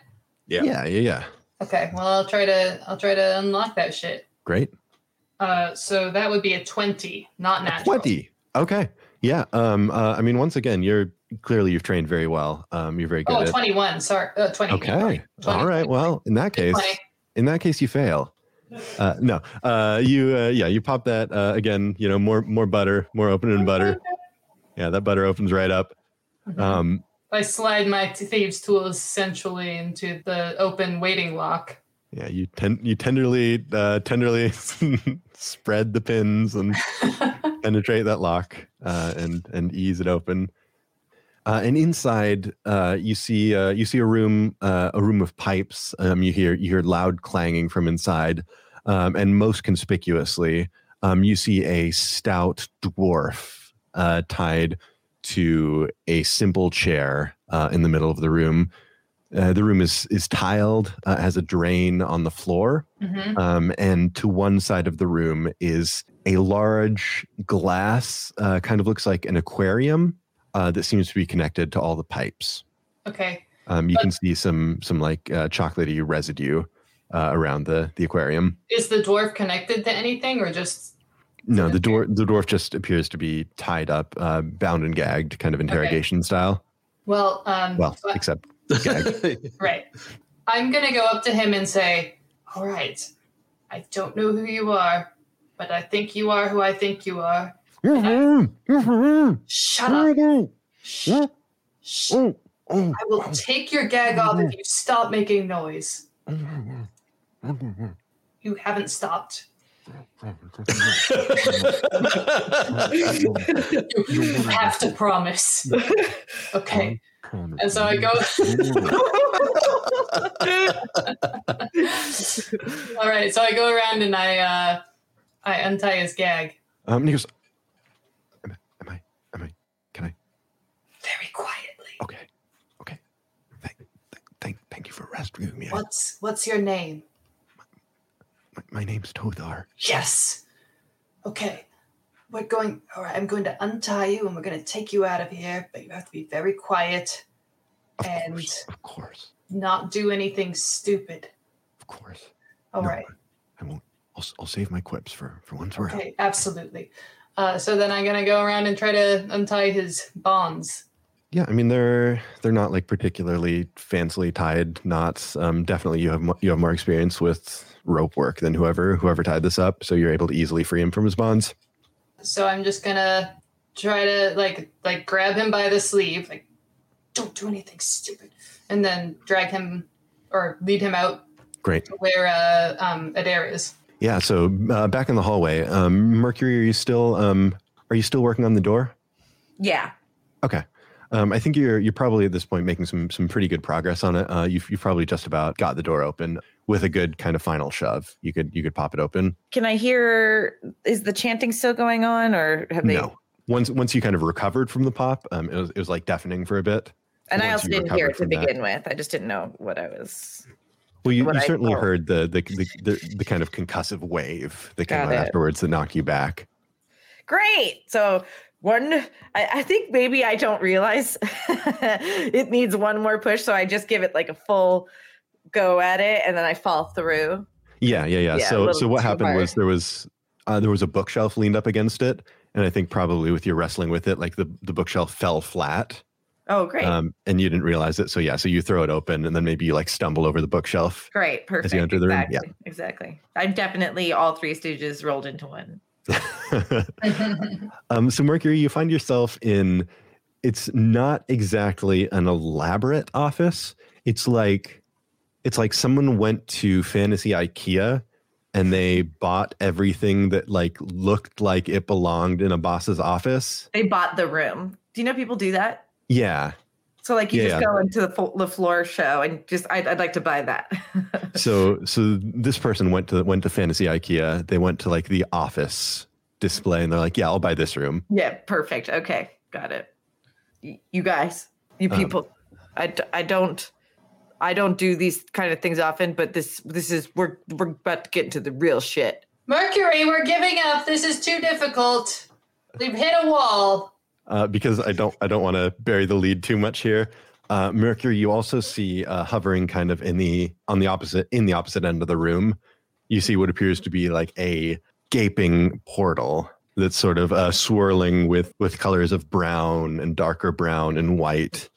Speaker 6: [LAUGHS]
Speaker 4: Yeah.
Speaker 1: yeah, yeah. yeah.
Speaker 3: Okay. Well, I'll try to I'll try to unlock that shit.
Speaker 1: Great.
Speaker 3: Uh, so that would be a twenty, not
Speaker 1: A
Speaker 3: natural.
Speaker 1: 20 okay yeah um uh, i mean once again you're clearly you've trained very well um you're very good
Speaker 3: Oh,
Speaker 1: at
Speaker 3: 21. Sorry, uh, twenty.
Speaker 1: okay all
Speaker 3: 20.
Speaker 1: right well in that case
Speaker 3: 20.
Speaker 1: in that case you fail uh no uh you uh yeah you pop that uh again you know more more butter more opening
Speaker 3: [LAUGHS]
Speaker 1: butter yeah that butter opens right up um
Speaker 3: I slide my t- thieves' tools essentially into the open waiting lock. [LAUGHS]
Speaker 1: yeah you ten- you tenderly uh tenderly [LAUGHS] spread the pins and
Speaker 3: Mm-hmm.
Speaker 1: penetrate that lock uh, and and ease it open. Uh, and inside, uh, you see uh, you see a room uh, a room of pipes. Um, you hear you hear loud clanging from inside, um, and most conspicuously, um, you see a stout dwarf uh, tied to a simple chair uh, in the middle of the room. Uh, the room is is tiled, uh, has a drain on the floor,
Speaker 3: Mhm.
Speaker 1: um, and to one side of the room is a large glass, uh, kind of looks like an aquarium uh, that seems to be connected to all the pipes.
Speaker 3: Okay.
Speaker 1: Um, you can see some some like uh, chocolatey residue uh, around the the aquarium.
Speaker 3: Is the dwarf connected to anything, or just
Speaker 1: No, the dwarf the dwarf just appears to be tied up, uh, bound and gagged, kind of interrogation style.
Speaker 3: well? Um,
Speaker 1: Well,
Speaker 3: so I-
Speaker 1: except
Speaker 6: [LAUGHS]
Speaker 3: Right. I'm going to go up to him and say, All right, I don't know who you are, but I think you are who I think you are. Shut up. Shh. Shh. I will take your gag off if you stop making noise. You haven't stopped.
Speaker 1: [LAUGHS]
Speaker 3: You have to promise. [LAUGHS] Okay. And so I go.
Speaker 2: [LAUGHS]
Speaker 3: Um. All right. So I go around and I uh, I untie his gag.
Speaker 1: um, and he goes, am, I- am I? Am I? Can I?
Speaker 3: very quietly.
Speaker 1: Okay, okay. Thank, thank, thank, thank you for rescuing me. I-
Speaker 3: What's what's your name?
Speaker 1: my, my name's Tothar.
Speaker 3: Yes. Okay. We're going all right, I'm going to untie you and we're gonna take you out of here, but you have to be very quiet
Speaker 1: Of
Speaker 3: and
Speaker 1: course, of course,
Speaker 3: not do anything stupid.
Speaker 1: of course.
Speaker 3: All
Speaker 1: No,
Speaker 3: right.
Speaker 1: I won't. I'll, s- I'll save my quips for for once we're out.
Speaker 3: Okay, absolutely. Uh, so then I'm gonna go around and try to untie his bonds.
Speaker 1: Yeah, I mean they're they're not like particularly fancily tied knots. Um, definitely, you have mo- you have more experience with rope work than whoever whoever tied this up, so you're able to easily free him from his bonds.
Speaker 3: So I'm just gonna try to like like grab him by the sleeve, like don't do anything stupid, and then drag him or lead him out
Speaker 1: Great.
Speaker 3: to where uh, um, Adair is.
Speaker 1: Yeah. So uh, back in the hallway, um, Mercury, are you still um, are you still working on the door?
Speaker 5: [LAUGHS] Yeah.
Speaker 1: Okay. Um, I think you're you're probably at this point making some some pretty good progress on it. Uh, you've you've probably just about got the door open with a good kind of final shove. You could you could pop it open.
Speaker 5: Can I hear? Is the chanting still going on, or have they?
Speaker 1: No. Once once you kind of recovered from the pop, um, it was it was like deafening for a bit.
Speaker 5: And I
Speaker 1: Once
Speaker 5: also
Speaker 1: you
Speaker 5: didn't hear it
Speaker 1: recovered
Speaker 5: to
Speaker 1: from that-
Speaker 5: begin with. I just didn't know what I was.
Speaker 1: Well, you,
Speaker 5: what
Speaker 1: you
Speaker 5: I
Speaker 1: certainly
Speaker 5: felt.
Speaker 1: heard the the, the the the kind of concussive wave that came
Speaker 5: Got
Speaker 1: out
Speaker 5: it.
Speaker 1: afterwards that knocked you back.
Speaker 5: Great.
Speaker 2: So one, I, I think maybe I
Speaker 5: [LAUGHS]
Speaker 2: don't realize it needs one more push, so I just give it like a full go at it, and then I fall through.
Speaker 1: Yeah, yeah, yeah.
Speaker 5: Yeah, a
Speaker 1: so
Speaker 5: little
Speaker 1: so what
Speaker 5: too
Speaker 1: happened was
Speaker 5: hard.
Speaker 1: there was uh, there was a bookshelf leaned up against it, and I think probably with your wrestling with it, like the the bookshelf fell flat,
Speaker 2: Oh, great,
Speaker 1: um, and you didn't realize it. So yeah, so you throw it open, and then maybe you like stumble over the bookshelf. [LAUGHS]
Speaker 2: great, perfect.
Speaker 1: enter the room, yeah.
Speaker 2: exactly, exactly. I'm definitely all three stages rolled into one.
Speaker 1: um, so Mercury, you find yourself in it's not exactly an elaborate office. It's like it's like someone went to Fantasy IKEA and they bought everything that like looked like it belonged in a boss's office.
Speaker 2: They bought the room. Do you know people do that?
Speaker 1: Yeah.
Speaker 2: So like you
Speaker 1: Yeah,
Speaker 2: just
Speaker 1: yeah.
Speaker 2: go into the fo- the floor show and just I'd, I'd like to buy that. [LAUGHS]
Speaker 1: So so this person went to went to Fantasy IKEA. They went to like the office display and they're like, "Yeah, I'll buy this room."
Speaker 2: yeah, perfect. Okay, got it. Y- you guys, you
Speaker 1: Um,
Speaker 2: people, I, d- I don't I don't do these kind of things often, but this this is we're we're about to get into the real shit.
Speaker 3: Mercury, we're giving up. This is too difficult. We've hit a wall.
Speaker 1: uh, because I don't I don't want to bury the lead too much here. Uh, Mercury, you also see uh, hovering kind of in the on the opposite in the opposite end of the room. You see what appears to be like a gaping portal that's sort of uh, swirling with with colors of brown and darker brown and white.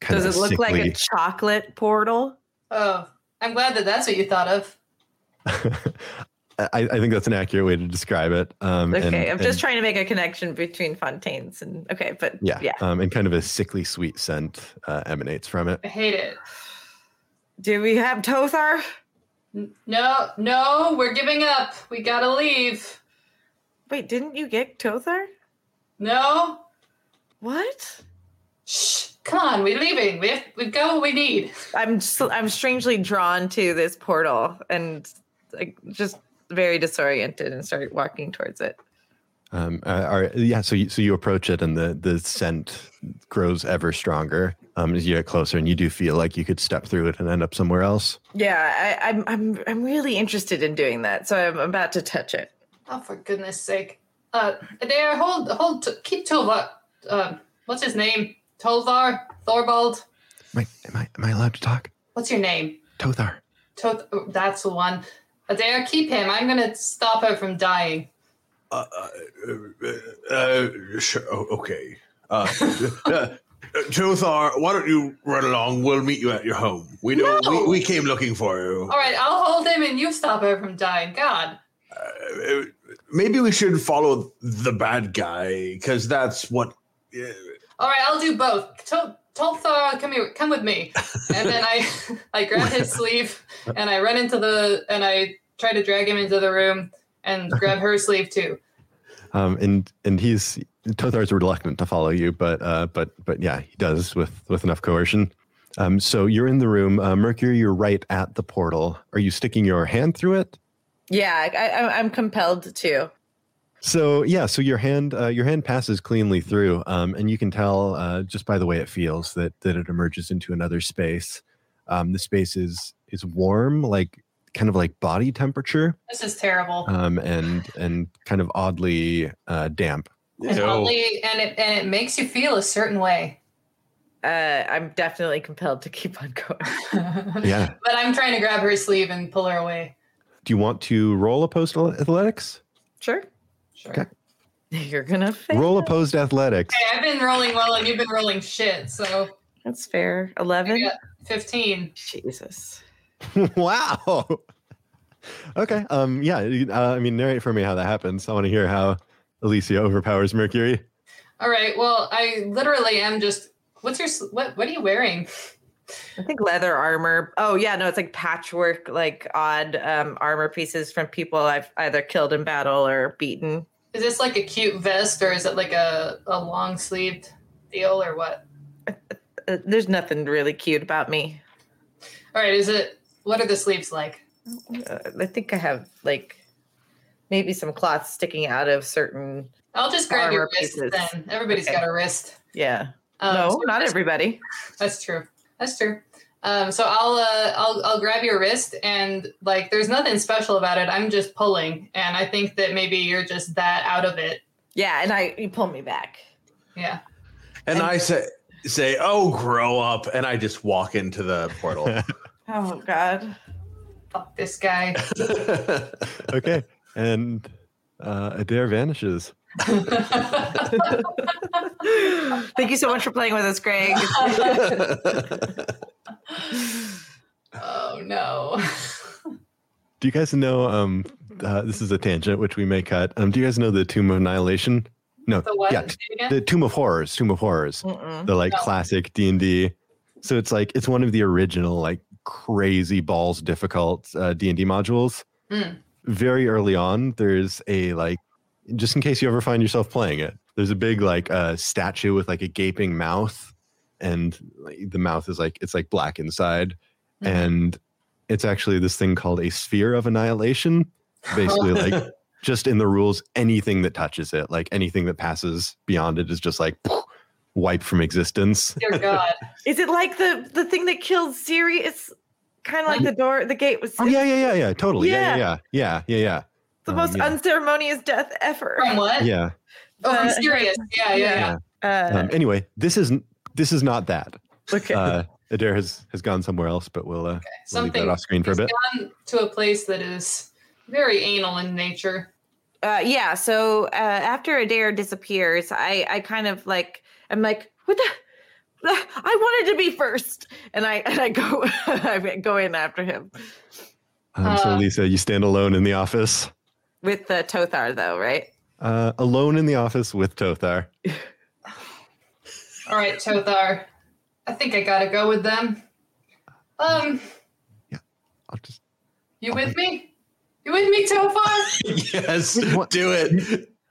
Speaker 1: Kind
Speaker 2: Does it
Speaker 1: of
Speaker 2: look like a
Speaker 1: sickly.
Speaker 2: chocolate portal?
Speaker 3: Oh, I'm glad that that's what you thought of.
Speaker 1: [LAUGHS] I, I think that's an accurate way to describe it. Um,
Speaker 2: Okay,
Speaker 1: and-
Speaker 2: I'm
Speaker 1: and-
Speaker 2: just trying to make a connection between fontaines and okay, but
Speaker 1: Yeah,
Speaker 2: yeah.
Speaker 1: Um, and kind of a sickly sweet scent uh, emanates from it.
Speaker 3: I hate it.
Speaker 2: Do we have Tothar?
Speaker 3: No, no, we're giving up. We gotta leave.
Speaker 2: Wait, didn't you get Tothar?
Speaker 3: No?
Speaker 2: What?
Speaker 3: Shh. Come on, we're leaving. We have, we've got what we need.
Speaker 2: I'm s I'm strangely drawn to this portal and like just very disoriented and start walking towards it.
Speaker 1: Um, uh, are, yeah, so you, so you approach it, and the the scent grows ever stronger um, as you get closer, and you do feel like you could step through it and end up somewhere else.
Speaker 2: Yeah, I, I'm I'm I'm really interested in doing that, so I'm about to touch it.
Speaker 3: Oh, for goodness sake. Uh, there, hold, hold, keep Tovar. Um, what's his name? Tolvar? Thorvald?
Speaker 1: Am I am I, am I allowed to talk,
Speaker 3: What's your name?
Speaker 1: Tothar?
Speaker 3: Toth- oh, that's the one. Adair, keep him. I'm gonna stop her from dying.
Speaker 6: Uh, uh, uh, uh, sure, o- okay. Uh, uh, uh, Tothar, why don't you run along? We'll meet you at your home. We know
Speaker 3: No! Oh.
Speaker 6: we, we came looking for you.
Speaker 3: All right, I'll hold him and you stop her from dying. God.
Speaker 6: Uh, maybe we should follow the bad guy because that's what. Uh,
Speaker 3: All right, I'll do both. To- Tolthar, come here, come with me. And then I, I grab his sleeve and I run into the and I try to drag him into the room and grab her sleeve too.
Speaker 1: Um, and and he's Tothar's reluctant to follow you, but uh, but but yeah, he does with with enough coercion. Um, so you're in the room, uh, Mercury. You're right at the portal. Are you sticking your hand through it?
Speaker 2: Yeah, I, I, I'm compelled to.
Speaker 1: So yeah, so your hand uh, your hand passes cleanly through, um, and you can tell uh, just by the way it feels that that it emerges into another space. Um, the space is is warm, like kind of like body temperature,
Speaker 3: This is terrible.
Speaker 1: um, and and kind of oddly uh, damp.
Speaker 3: and, oddly, and it and it makes you feel a certain way. [LAUGHS]
Speaker 2: Uh, I'm definitely compelled to keep on going.
Speaker 3: but
Speaker 1: Yeah.
Speaker 3: I'm trying to grab her sleeve and pull her away.
Speaker 1: Do you want to roll opposed athletics?
Speaker 2: [LAUGHS] Sure,
Speaker 3: Sure.
Speaker 1: Okay.
Speaker 2: you're gonna fail.
Speaker 1: Roll opposed athletics. [LAUGHS]
Speaker 3: Hey, I've been rolling well and you've been rolling shit, so
Speaker 2: That's fair. Eleven.
Speaker 3: Yeah. 15.
Speaker 2: Jesus.
Speaker 1: wow. Okay. Um. Yeah. you- Uh, I mean, narrate for me how that happens. I want to hear how Alicia overpowers Mercury.
Speaker 3: All right. Well, I literally am just. What's your s- what? What are you wearing?
Speaker 2: I think leather armor. Oh yeah, no, it's like patchwork, like odd um, armor pieces from people I've either killed in battle or beaten.
Speaker 3: Is this like a cute vest or is it like a a long sleeved deal or what?
Speaker 2: uh, there's nothing really cute about me.
Speaker 3: All right, is it? What are the sleeves like?
Speaker 2: Uh, I think I have like maybe some cloth sticking out of certain.
Speaker 3: I'll just grab your
Speaker 2: Armor
Speaker 3: wrist
Speaker 2: pieces.
Speaker 3: then. Everybody's
Speaker 2: Okay.
Speaker 3: got a wrist.
Speaker 2: Yeah.
Speaker 3: Um,
Speaker 2: no,
Speaker 3: so
Speaker 2: not
Speaker 3: just-
Speaker 2: everybody.
Speaker 3: That's true. That's true. Um, so I'll, uh, I'll I'll grab your wrist and like there's nothing special about it. I'm just pulling, and I think that maybe you're just that out of it.
Speaker 2: [LAUGHS] Yeah, and I you pull me back.
Speaker 3: Yeah.
Speaker 4: And I say, say, oh, grow up. And I just walk into the portal.
Speaker 2: Oh God.
Speaker 3: Fuck this guy. [LAUGHS]
Speaker 1: Okay. And uh, Adair vanishes.
Speaker 2: [LAUGHS] Thank you so much for playing with us, Greg.
Speaker 3: oh no.
Speaker 1: Do you guys know? Um, uh, this is a tangent, which we may cut. Um, do you guys know the Tomb of Annihilation? No,
Speaker 3: The what?
Speaker 1: yeah,
Speaker 3: Say it again?
Speaker 1: the Tomb of Horrors. Tomb of Horrors,
Speaker 2: [LAUGHS] Mm-mm.
Speaker 1: the like
Speaker 3: No.
Speaker 1: classic D and D. So it's like it's one of the original like crazy balls difficult uh, D and D modules.
Speaker 3: Mm.
Speaker 1: Very early on, there's a like, just in case you ever find yourself playing it, there's a big like uh, statue with like a gaping mouth, and like, the mouth is like it's like black inside,
Speaker 3: Mhm.
Speaker 1: and it's actually this thing called a sphere of annihilation basically like just in the rules anything that touches it like anything that passes beyond it is just like [LAUGHS] wiped from existence
Speaker 3: Dear God.
Speaker 2: Is it like the the thing that killed Siri? It's kind of like the door, the gate was
Speaker 1: oh yeah yeah yeah yeah totally yeah yeah yeah yeah yeah
Speaker 2: the
Speaker 1: Um,
Speaker 2: most
Speaker 1: yeah.
Speaker 2: unceremonious death ever.
Speaker 3: From what?
Speaker 1: yeah, yeah.
Speaker 3: Oh, from
Speaker 2: Uh,
Speaker 3: Sirius. Yeah, yeah. yeah.
Speaker 2: Uh,
Speaker 1: Um, anyway this is this is not that
Speaker 5: Okay.
Speaker 1: uh adair has has gone somewhere else but we'll uh we'll leave that
Speaker 3: Something
Speaker 1: off screen for a
Speaker 3: he's
Speaker 1: bit
Speaker 3: gone to a place that is very anal in nature.
Speaker 2: uh, yeah. So uh, after Adair disappears, I I kind of like I'm like what the. I wanted to be first, and I [LAUGHS] and I go I go in after him
Speaker 1: um, so
Speaker 3: uh,
Speaker 1: lisa you stand alone in the office
Speaker 2: with the Tothar, though, right?
Speaker 1: uh alone in the office with tothar
Speaker 3: All right, Tothar. I think I gotta go with them. Um,
Speaker 1: i'll just
Speaker 3: you with me? You with me, Tothar?
Speaker 4: yes,
Speaker 1: What?
Speaker 4: do it.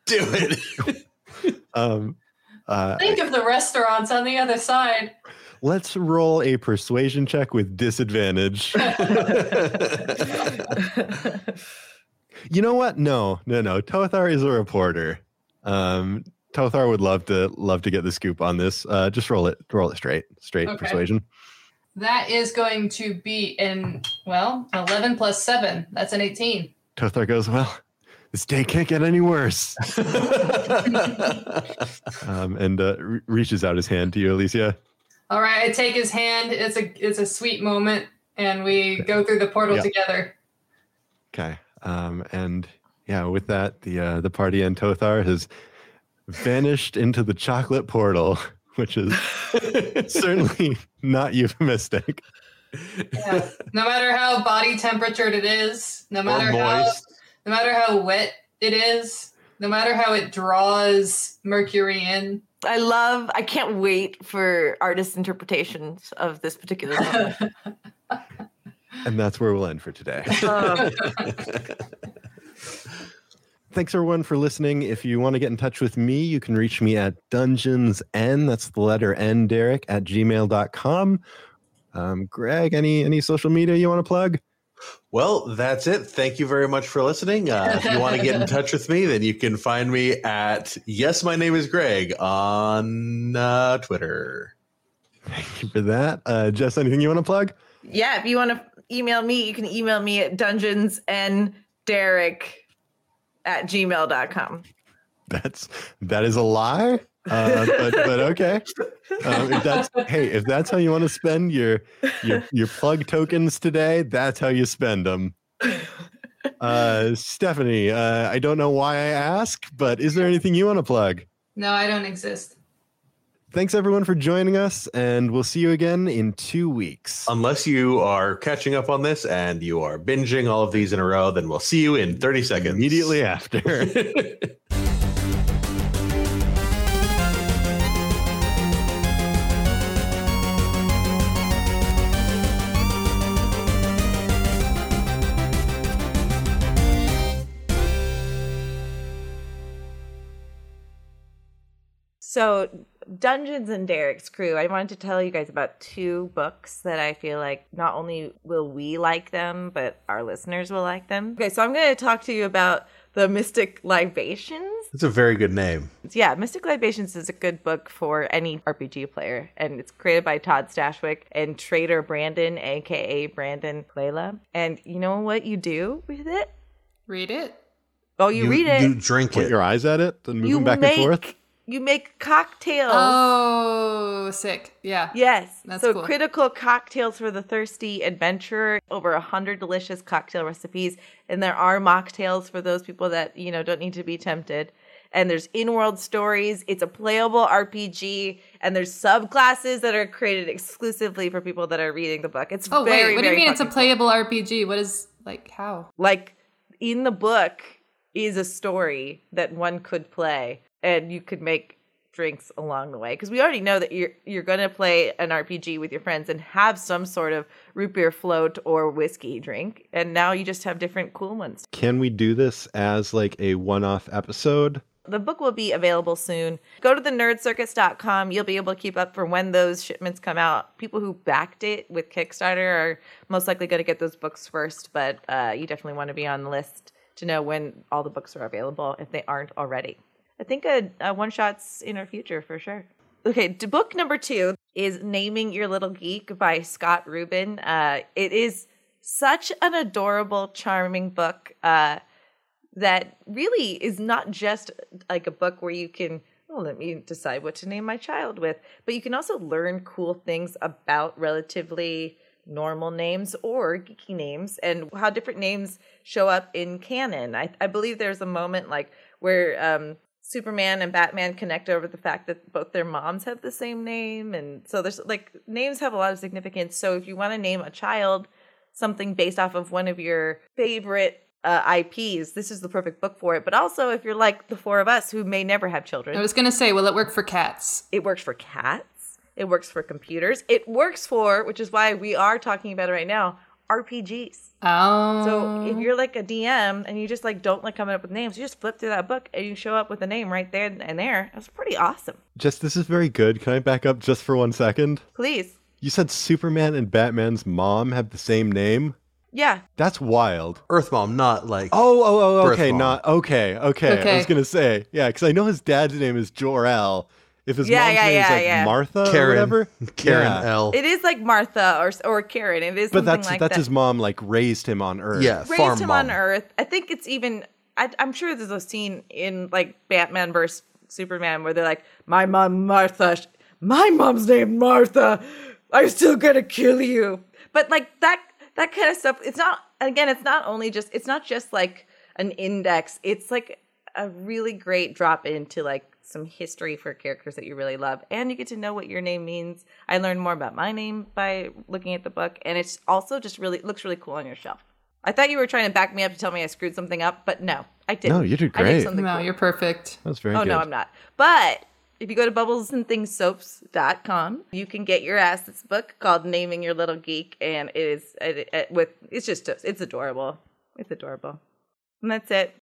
Speaker 4: Do it.
Speaker 1: um uh,
Speaker 3: Think of the restaurants on the other side.
Speaker 1: Let's roll a persuasion check with disadvantage. you know what? No, no, no. Tothar is a reporter. Um, Tothar would love to love to get the scoop on this. Uh, just roll it, roll it straight, straight
Speaker 3: Okay.
Speaker 1: persuasion.
Speaker 3: That is going to be in, well, 11 plus 7. That's an 18.
Speaker 1: Tothar goes, well, this day can't get any worse.
Speaker 6: [LAUGHS]
Speaker 1: um, and uh, re- reaches out his hand to you, Alicia.
Speaker 3: All right, I take his hand. It's a it's a sweet moment, and we go through the portal
Speaker 1: Yeah.
Speaker 3: together.
Speaker 1: Okay. Um, and yeah, with that, the uh, the party and Tothar has vanished into the chocolate portal, [LAUGHS] which is certainly not euphemistic.
Speaker 3: Yeah. no matter how body temperatured it is, no
Speaker 4: Or
Speaker 3: matter how
Speaker 4: moist.
Speaker 3: no matter how wet it is, no matter how it draws mercury [LAUGHS] in.
Speaker 2: I love. I can't wait for artists' interpretations of this particular.
Speaker 3: [LAUGHS]
Speaker 2: moment.
Speaker 1: And that's where we'll end for today.
Speaker 2: Oh,
Speaker 1: Thanks everyone for listening. If you want to get in touch with me, you can reach me at dungeons n. That's the letter n, Derek at gmail.com. Um, Greg, any any social media you want to plug?
Speaker 4: Well, that's it. Thank you very much for listening. Uh, if you want to get in touch with me, then you can find me at Yes, My Name is Greg on uh, Twitter.
Speaker 1: Thank you for that. Uh, Jess, anything you want to plug?
Speaker 2: yeah, if you want to email me, you can email me at dungeons and Derek at gmail.com.
Speaker 1: that's that is a lie uh, but, but okay um, if that's hey if that's how you want to spend your your your plug tokens today that's how you spend
Speaker 2: [LAUGHS]
Speaker 1: them uh stephanie uh i don't know why i ask but is there anything you want to plug
Speaker 3: No, I don't exist.
Speaker 1: thanks everyone for joining us and we'll see you again in two weeks
Speaker 4: Unless you are catching up on this and you are binging all of these in a row, then we'll see you in 30 seconds.
Speaker 1: immediately after
Speaker 2: So, Dungeons and Derek's crew, I wanted to tell you guys about two books that I feel like not only will we like them, but our listeners will like them. Okay, so I'm going to talk to you about The Mystic Libations.
Speaker 4: It's a very good name.
Speaker 2: Yeah, Mystic Libations is a good book for any RPG player, and it's created by Todd Stashwick and Trader Brandon, aka Brandon Clayla. And you know what you do with it?
Speaker 3: Read it.
Speaker 2: Oh, you, read it.
Speaker 4: You drink
Speaker 1: Put
Speaker 4: it.
Speaker 1: your eyes at it and move
Speaker 2: You
Speaker 1: them back
Speaker 2: make
Speaker 1: and forth.
Speaker 2: you make cocktails.
Speaker 3: Oh, sick. Yeah.
Speaker 2: Yes.
Speaker 3: That's
Speaker 2: so
Speaker 3: cool.
Speaker 2: critical cocktails for the thirsty adventurer, over a hundred delicious cocktail recipes. And there are mocktails for those people that, you know, don't need to be tempted. And there's in-world stories. It's a playable RPG. And there's subclasses that are created exclusively for people that are reading the book. It's
Speaker 3: Oh
Speaker 2: very,
Speaker 3: wait, what do you
Speaker 2: very
Speaker 3: mean it's a
Speaker 2: fucking cool
Speaker 3: playable RPG? What is like how?
Speaker 2: like in the book is a story that one could play and you could make drinks along the way because we already know that you're you're going to play an RPG with your friends and have some sort of root beer float or whiskey drink and now you just have different cool ones.
Speaker 1: Can we do this as like a one-off episode?
Speaker 2: The book will be available soon. Go to the nerdcircus.com. You'll be able to keep up for when those shipments come out. People who backed it with Kickstarter are most likely going to get those books first, but uh, you definitely want to be on the list to know when all the books are available if they aren't already. I think a, a one shot's in our future for sure. Okay, d- book number two is Naming Your Little Geek by Scott Rubin. Uh, it is such an adorable, charming book. Uh, that really is not just like a book where you can oh let me decide what to name my child with but you can also learn cool things about relatively normal names or geeky names and how different names show up in canon i, I believe there's a moment like where um, superman and batman connect over the fact that both their moms have the same name and so there's like names have a lot of significance so if you want to name a child something based off of one of your favorite uh, IPs, this is the perfect book for it. But also, if you're like the four of us who may never have children,
Speaker 3: I was gonna say, will it work for cats?
Speaker 2: it works for cats, it works for computers, it works for, which is why we are talking about it right now, RPGs.
Speaker 3: Oh,
Speaker 2: So if you're like a DM and you just like don't like coming up with names, you just flip through that book and you show up with a name right there and there. That's pretty awesome.
Speaker 1: Just this is very good. Can I back up just for one second?
Speaker 2: Please,
Speaker 1: You said Superman and Batman's mom have the same name?
Speaker 2: yeah,
Speaker 1: That's wild.
Speaker 4: Earth Mom, not like.
Speaker 1: Oh, oh, oh,
Speaker 4: Birth
Speaker 1: okay,
Speaker 4: mom.
Speaker 1: not okay, okay, I
Speaker 3: Okay.
Speaker 1: was gonna say, yeah, because I know his dad's name is Jor El. If his
Speaker 2: Yeah,
Speaker 1: mom's
Speaker 2: yeah,
Speaker 1: name is
Speaker 2: yeah,
Speaker 1: like
Speaker 2: yeah.
Speaker 1: Martha or
Speaker 2: [LAUGHS]
Speaker 4: Karen.
Speaker 1: whatever,
Speaker 4: Karen
Speaker 1: yeah.
Speaker 4: L.
Speaker 2: it is like Martha or or Karen. It is
Speaker 1: but
Speaker 2: something
Speaker 1: that's
Speaker 2: like
Speaker 1: that's
Speaker 2: that.
Speaker 1: his mom like raised him on Earth.
Speaker 4: yeah,
Speaker 2: raised
Speaker 4: farm
Speaker 2: him
Speaker 4: mom.
Speaker 2: on Earth. I think it's even. I, I'm sure there's a scene in like Batman versus Superman where they're like, "My mom Martha, sh- my mom's named Martha. I'm still gonna kill you." But like that that kind of stuff. It's not again. It's not only just. It's not just like an index. It's like a really great drop into like some history for characters that you really love and you get to know what your name means i learned more about my name by looking at the book and it's also just really it looks really cool on your shelf I thought you were trying to back me up to tell me I screwed something up, but no, I didn't.
Speaker 1: No, you did
Speaker 2: I did
Speaker 1: great.
Speaker 2: something
Speaker 3: no,
Speaker 2: cool.
Speaker 3: you're perfect.
Speaker 1: That's very
Speaker 2: Oh
Speaker 1: good.
Speaker 2: no, I'm not. But if you go to bubblesandthingssoaps.com, you can get your ass this book called "Naming Your Little Geek," and it is it, it, with it's just it's adorable. It's adorable, and that's it.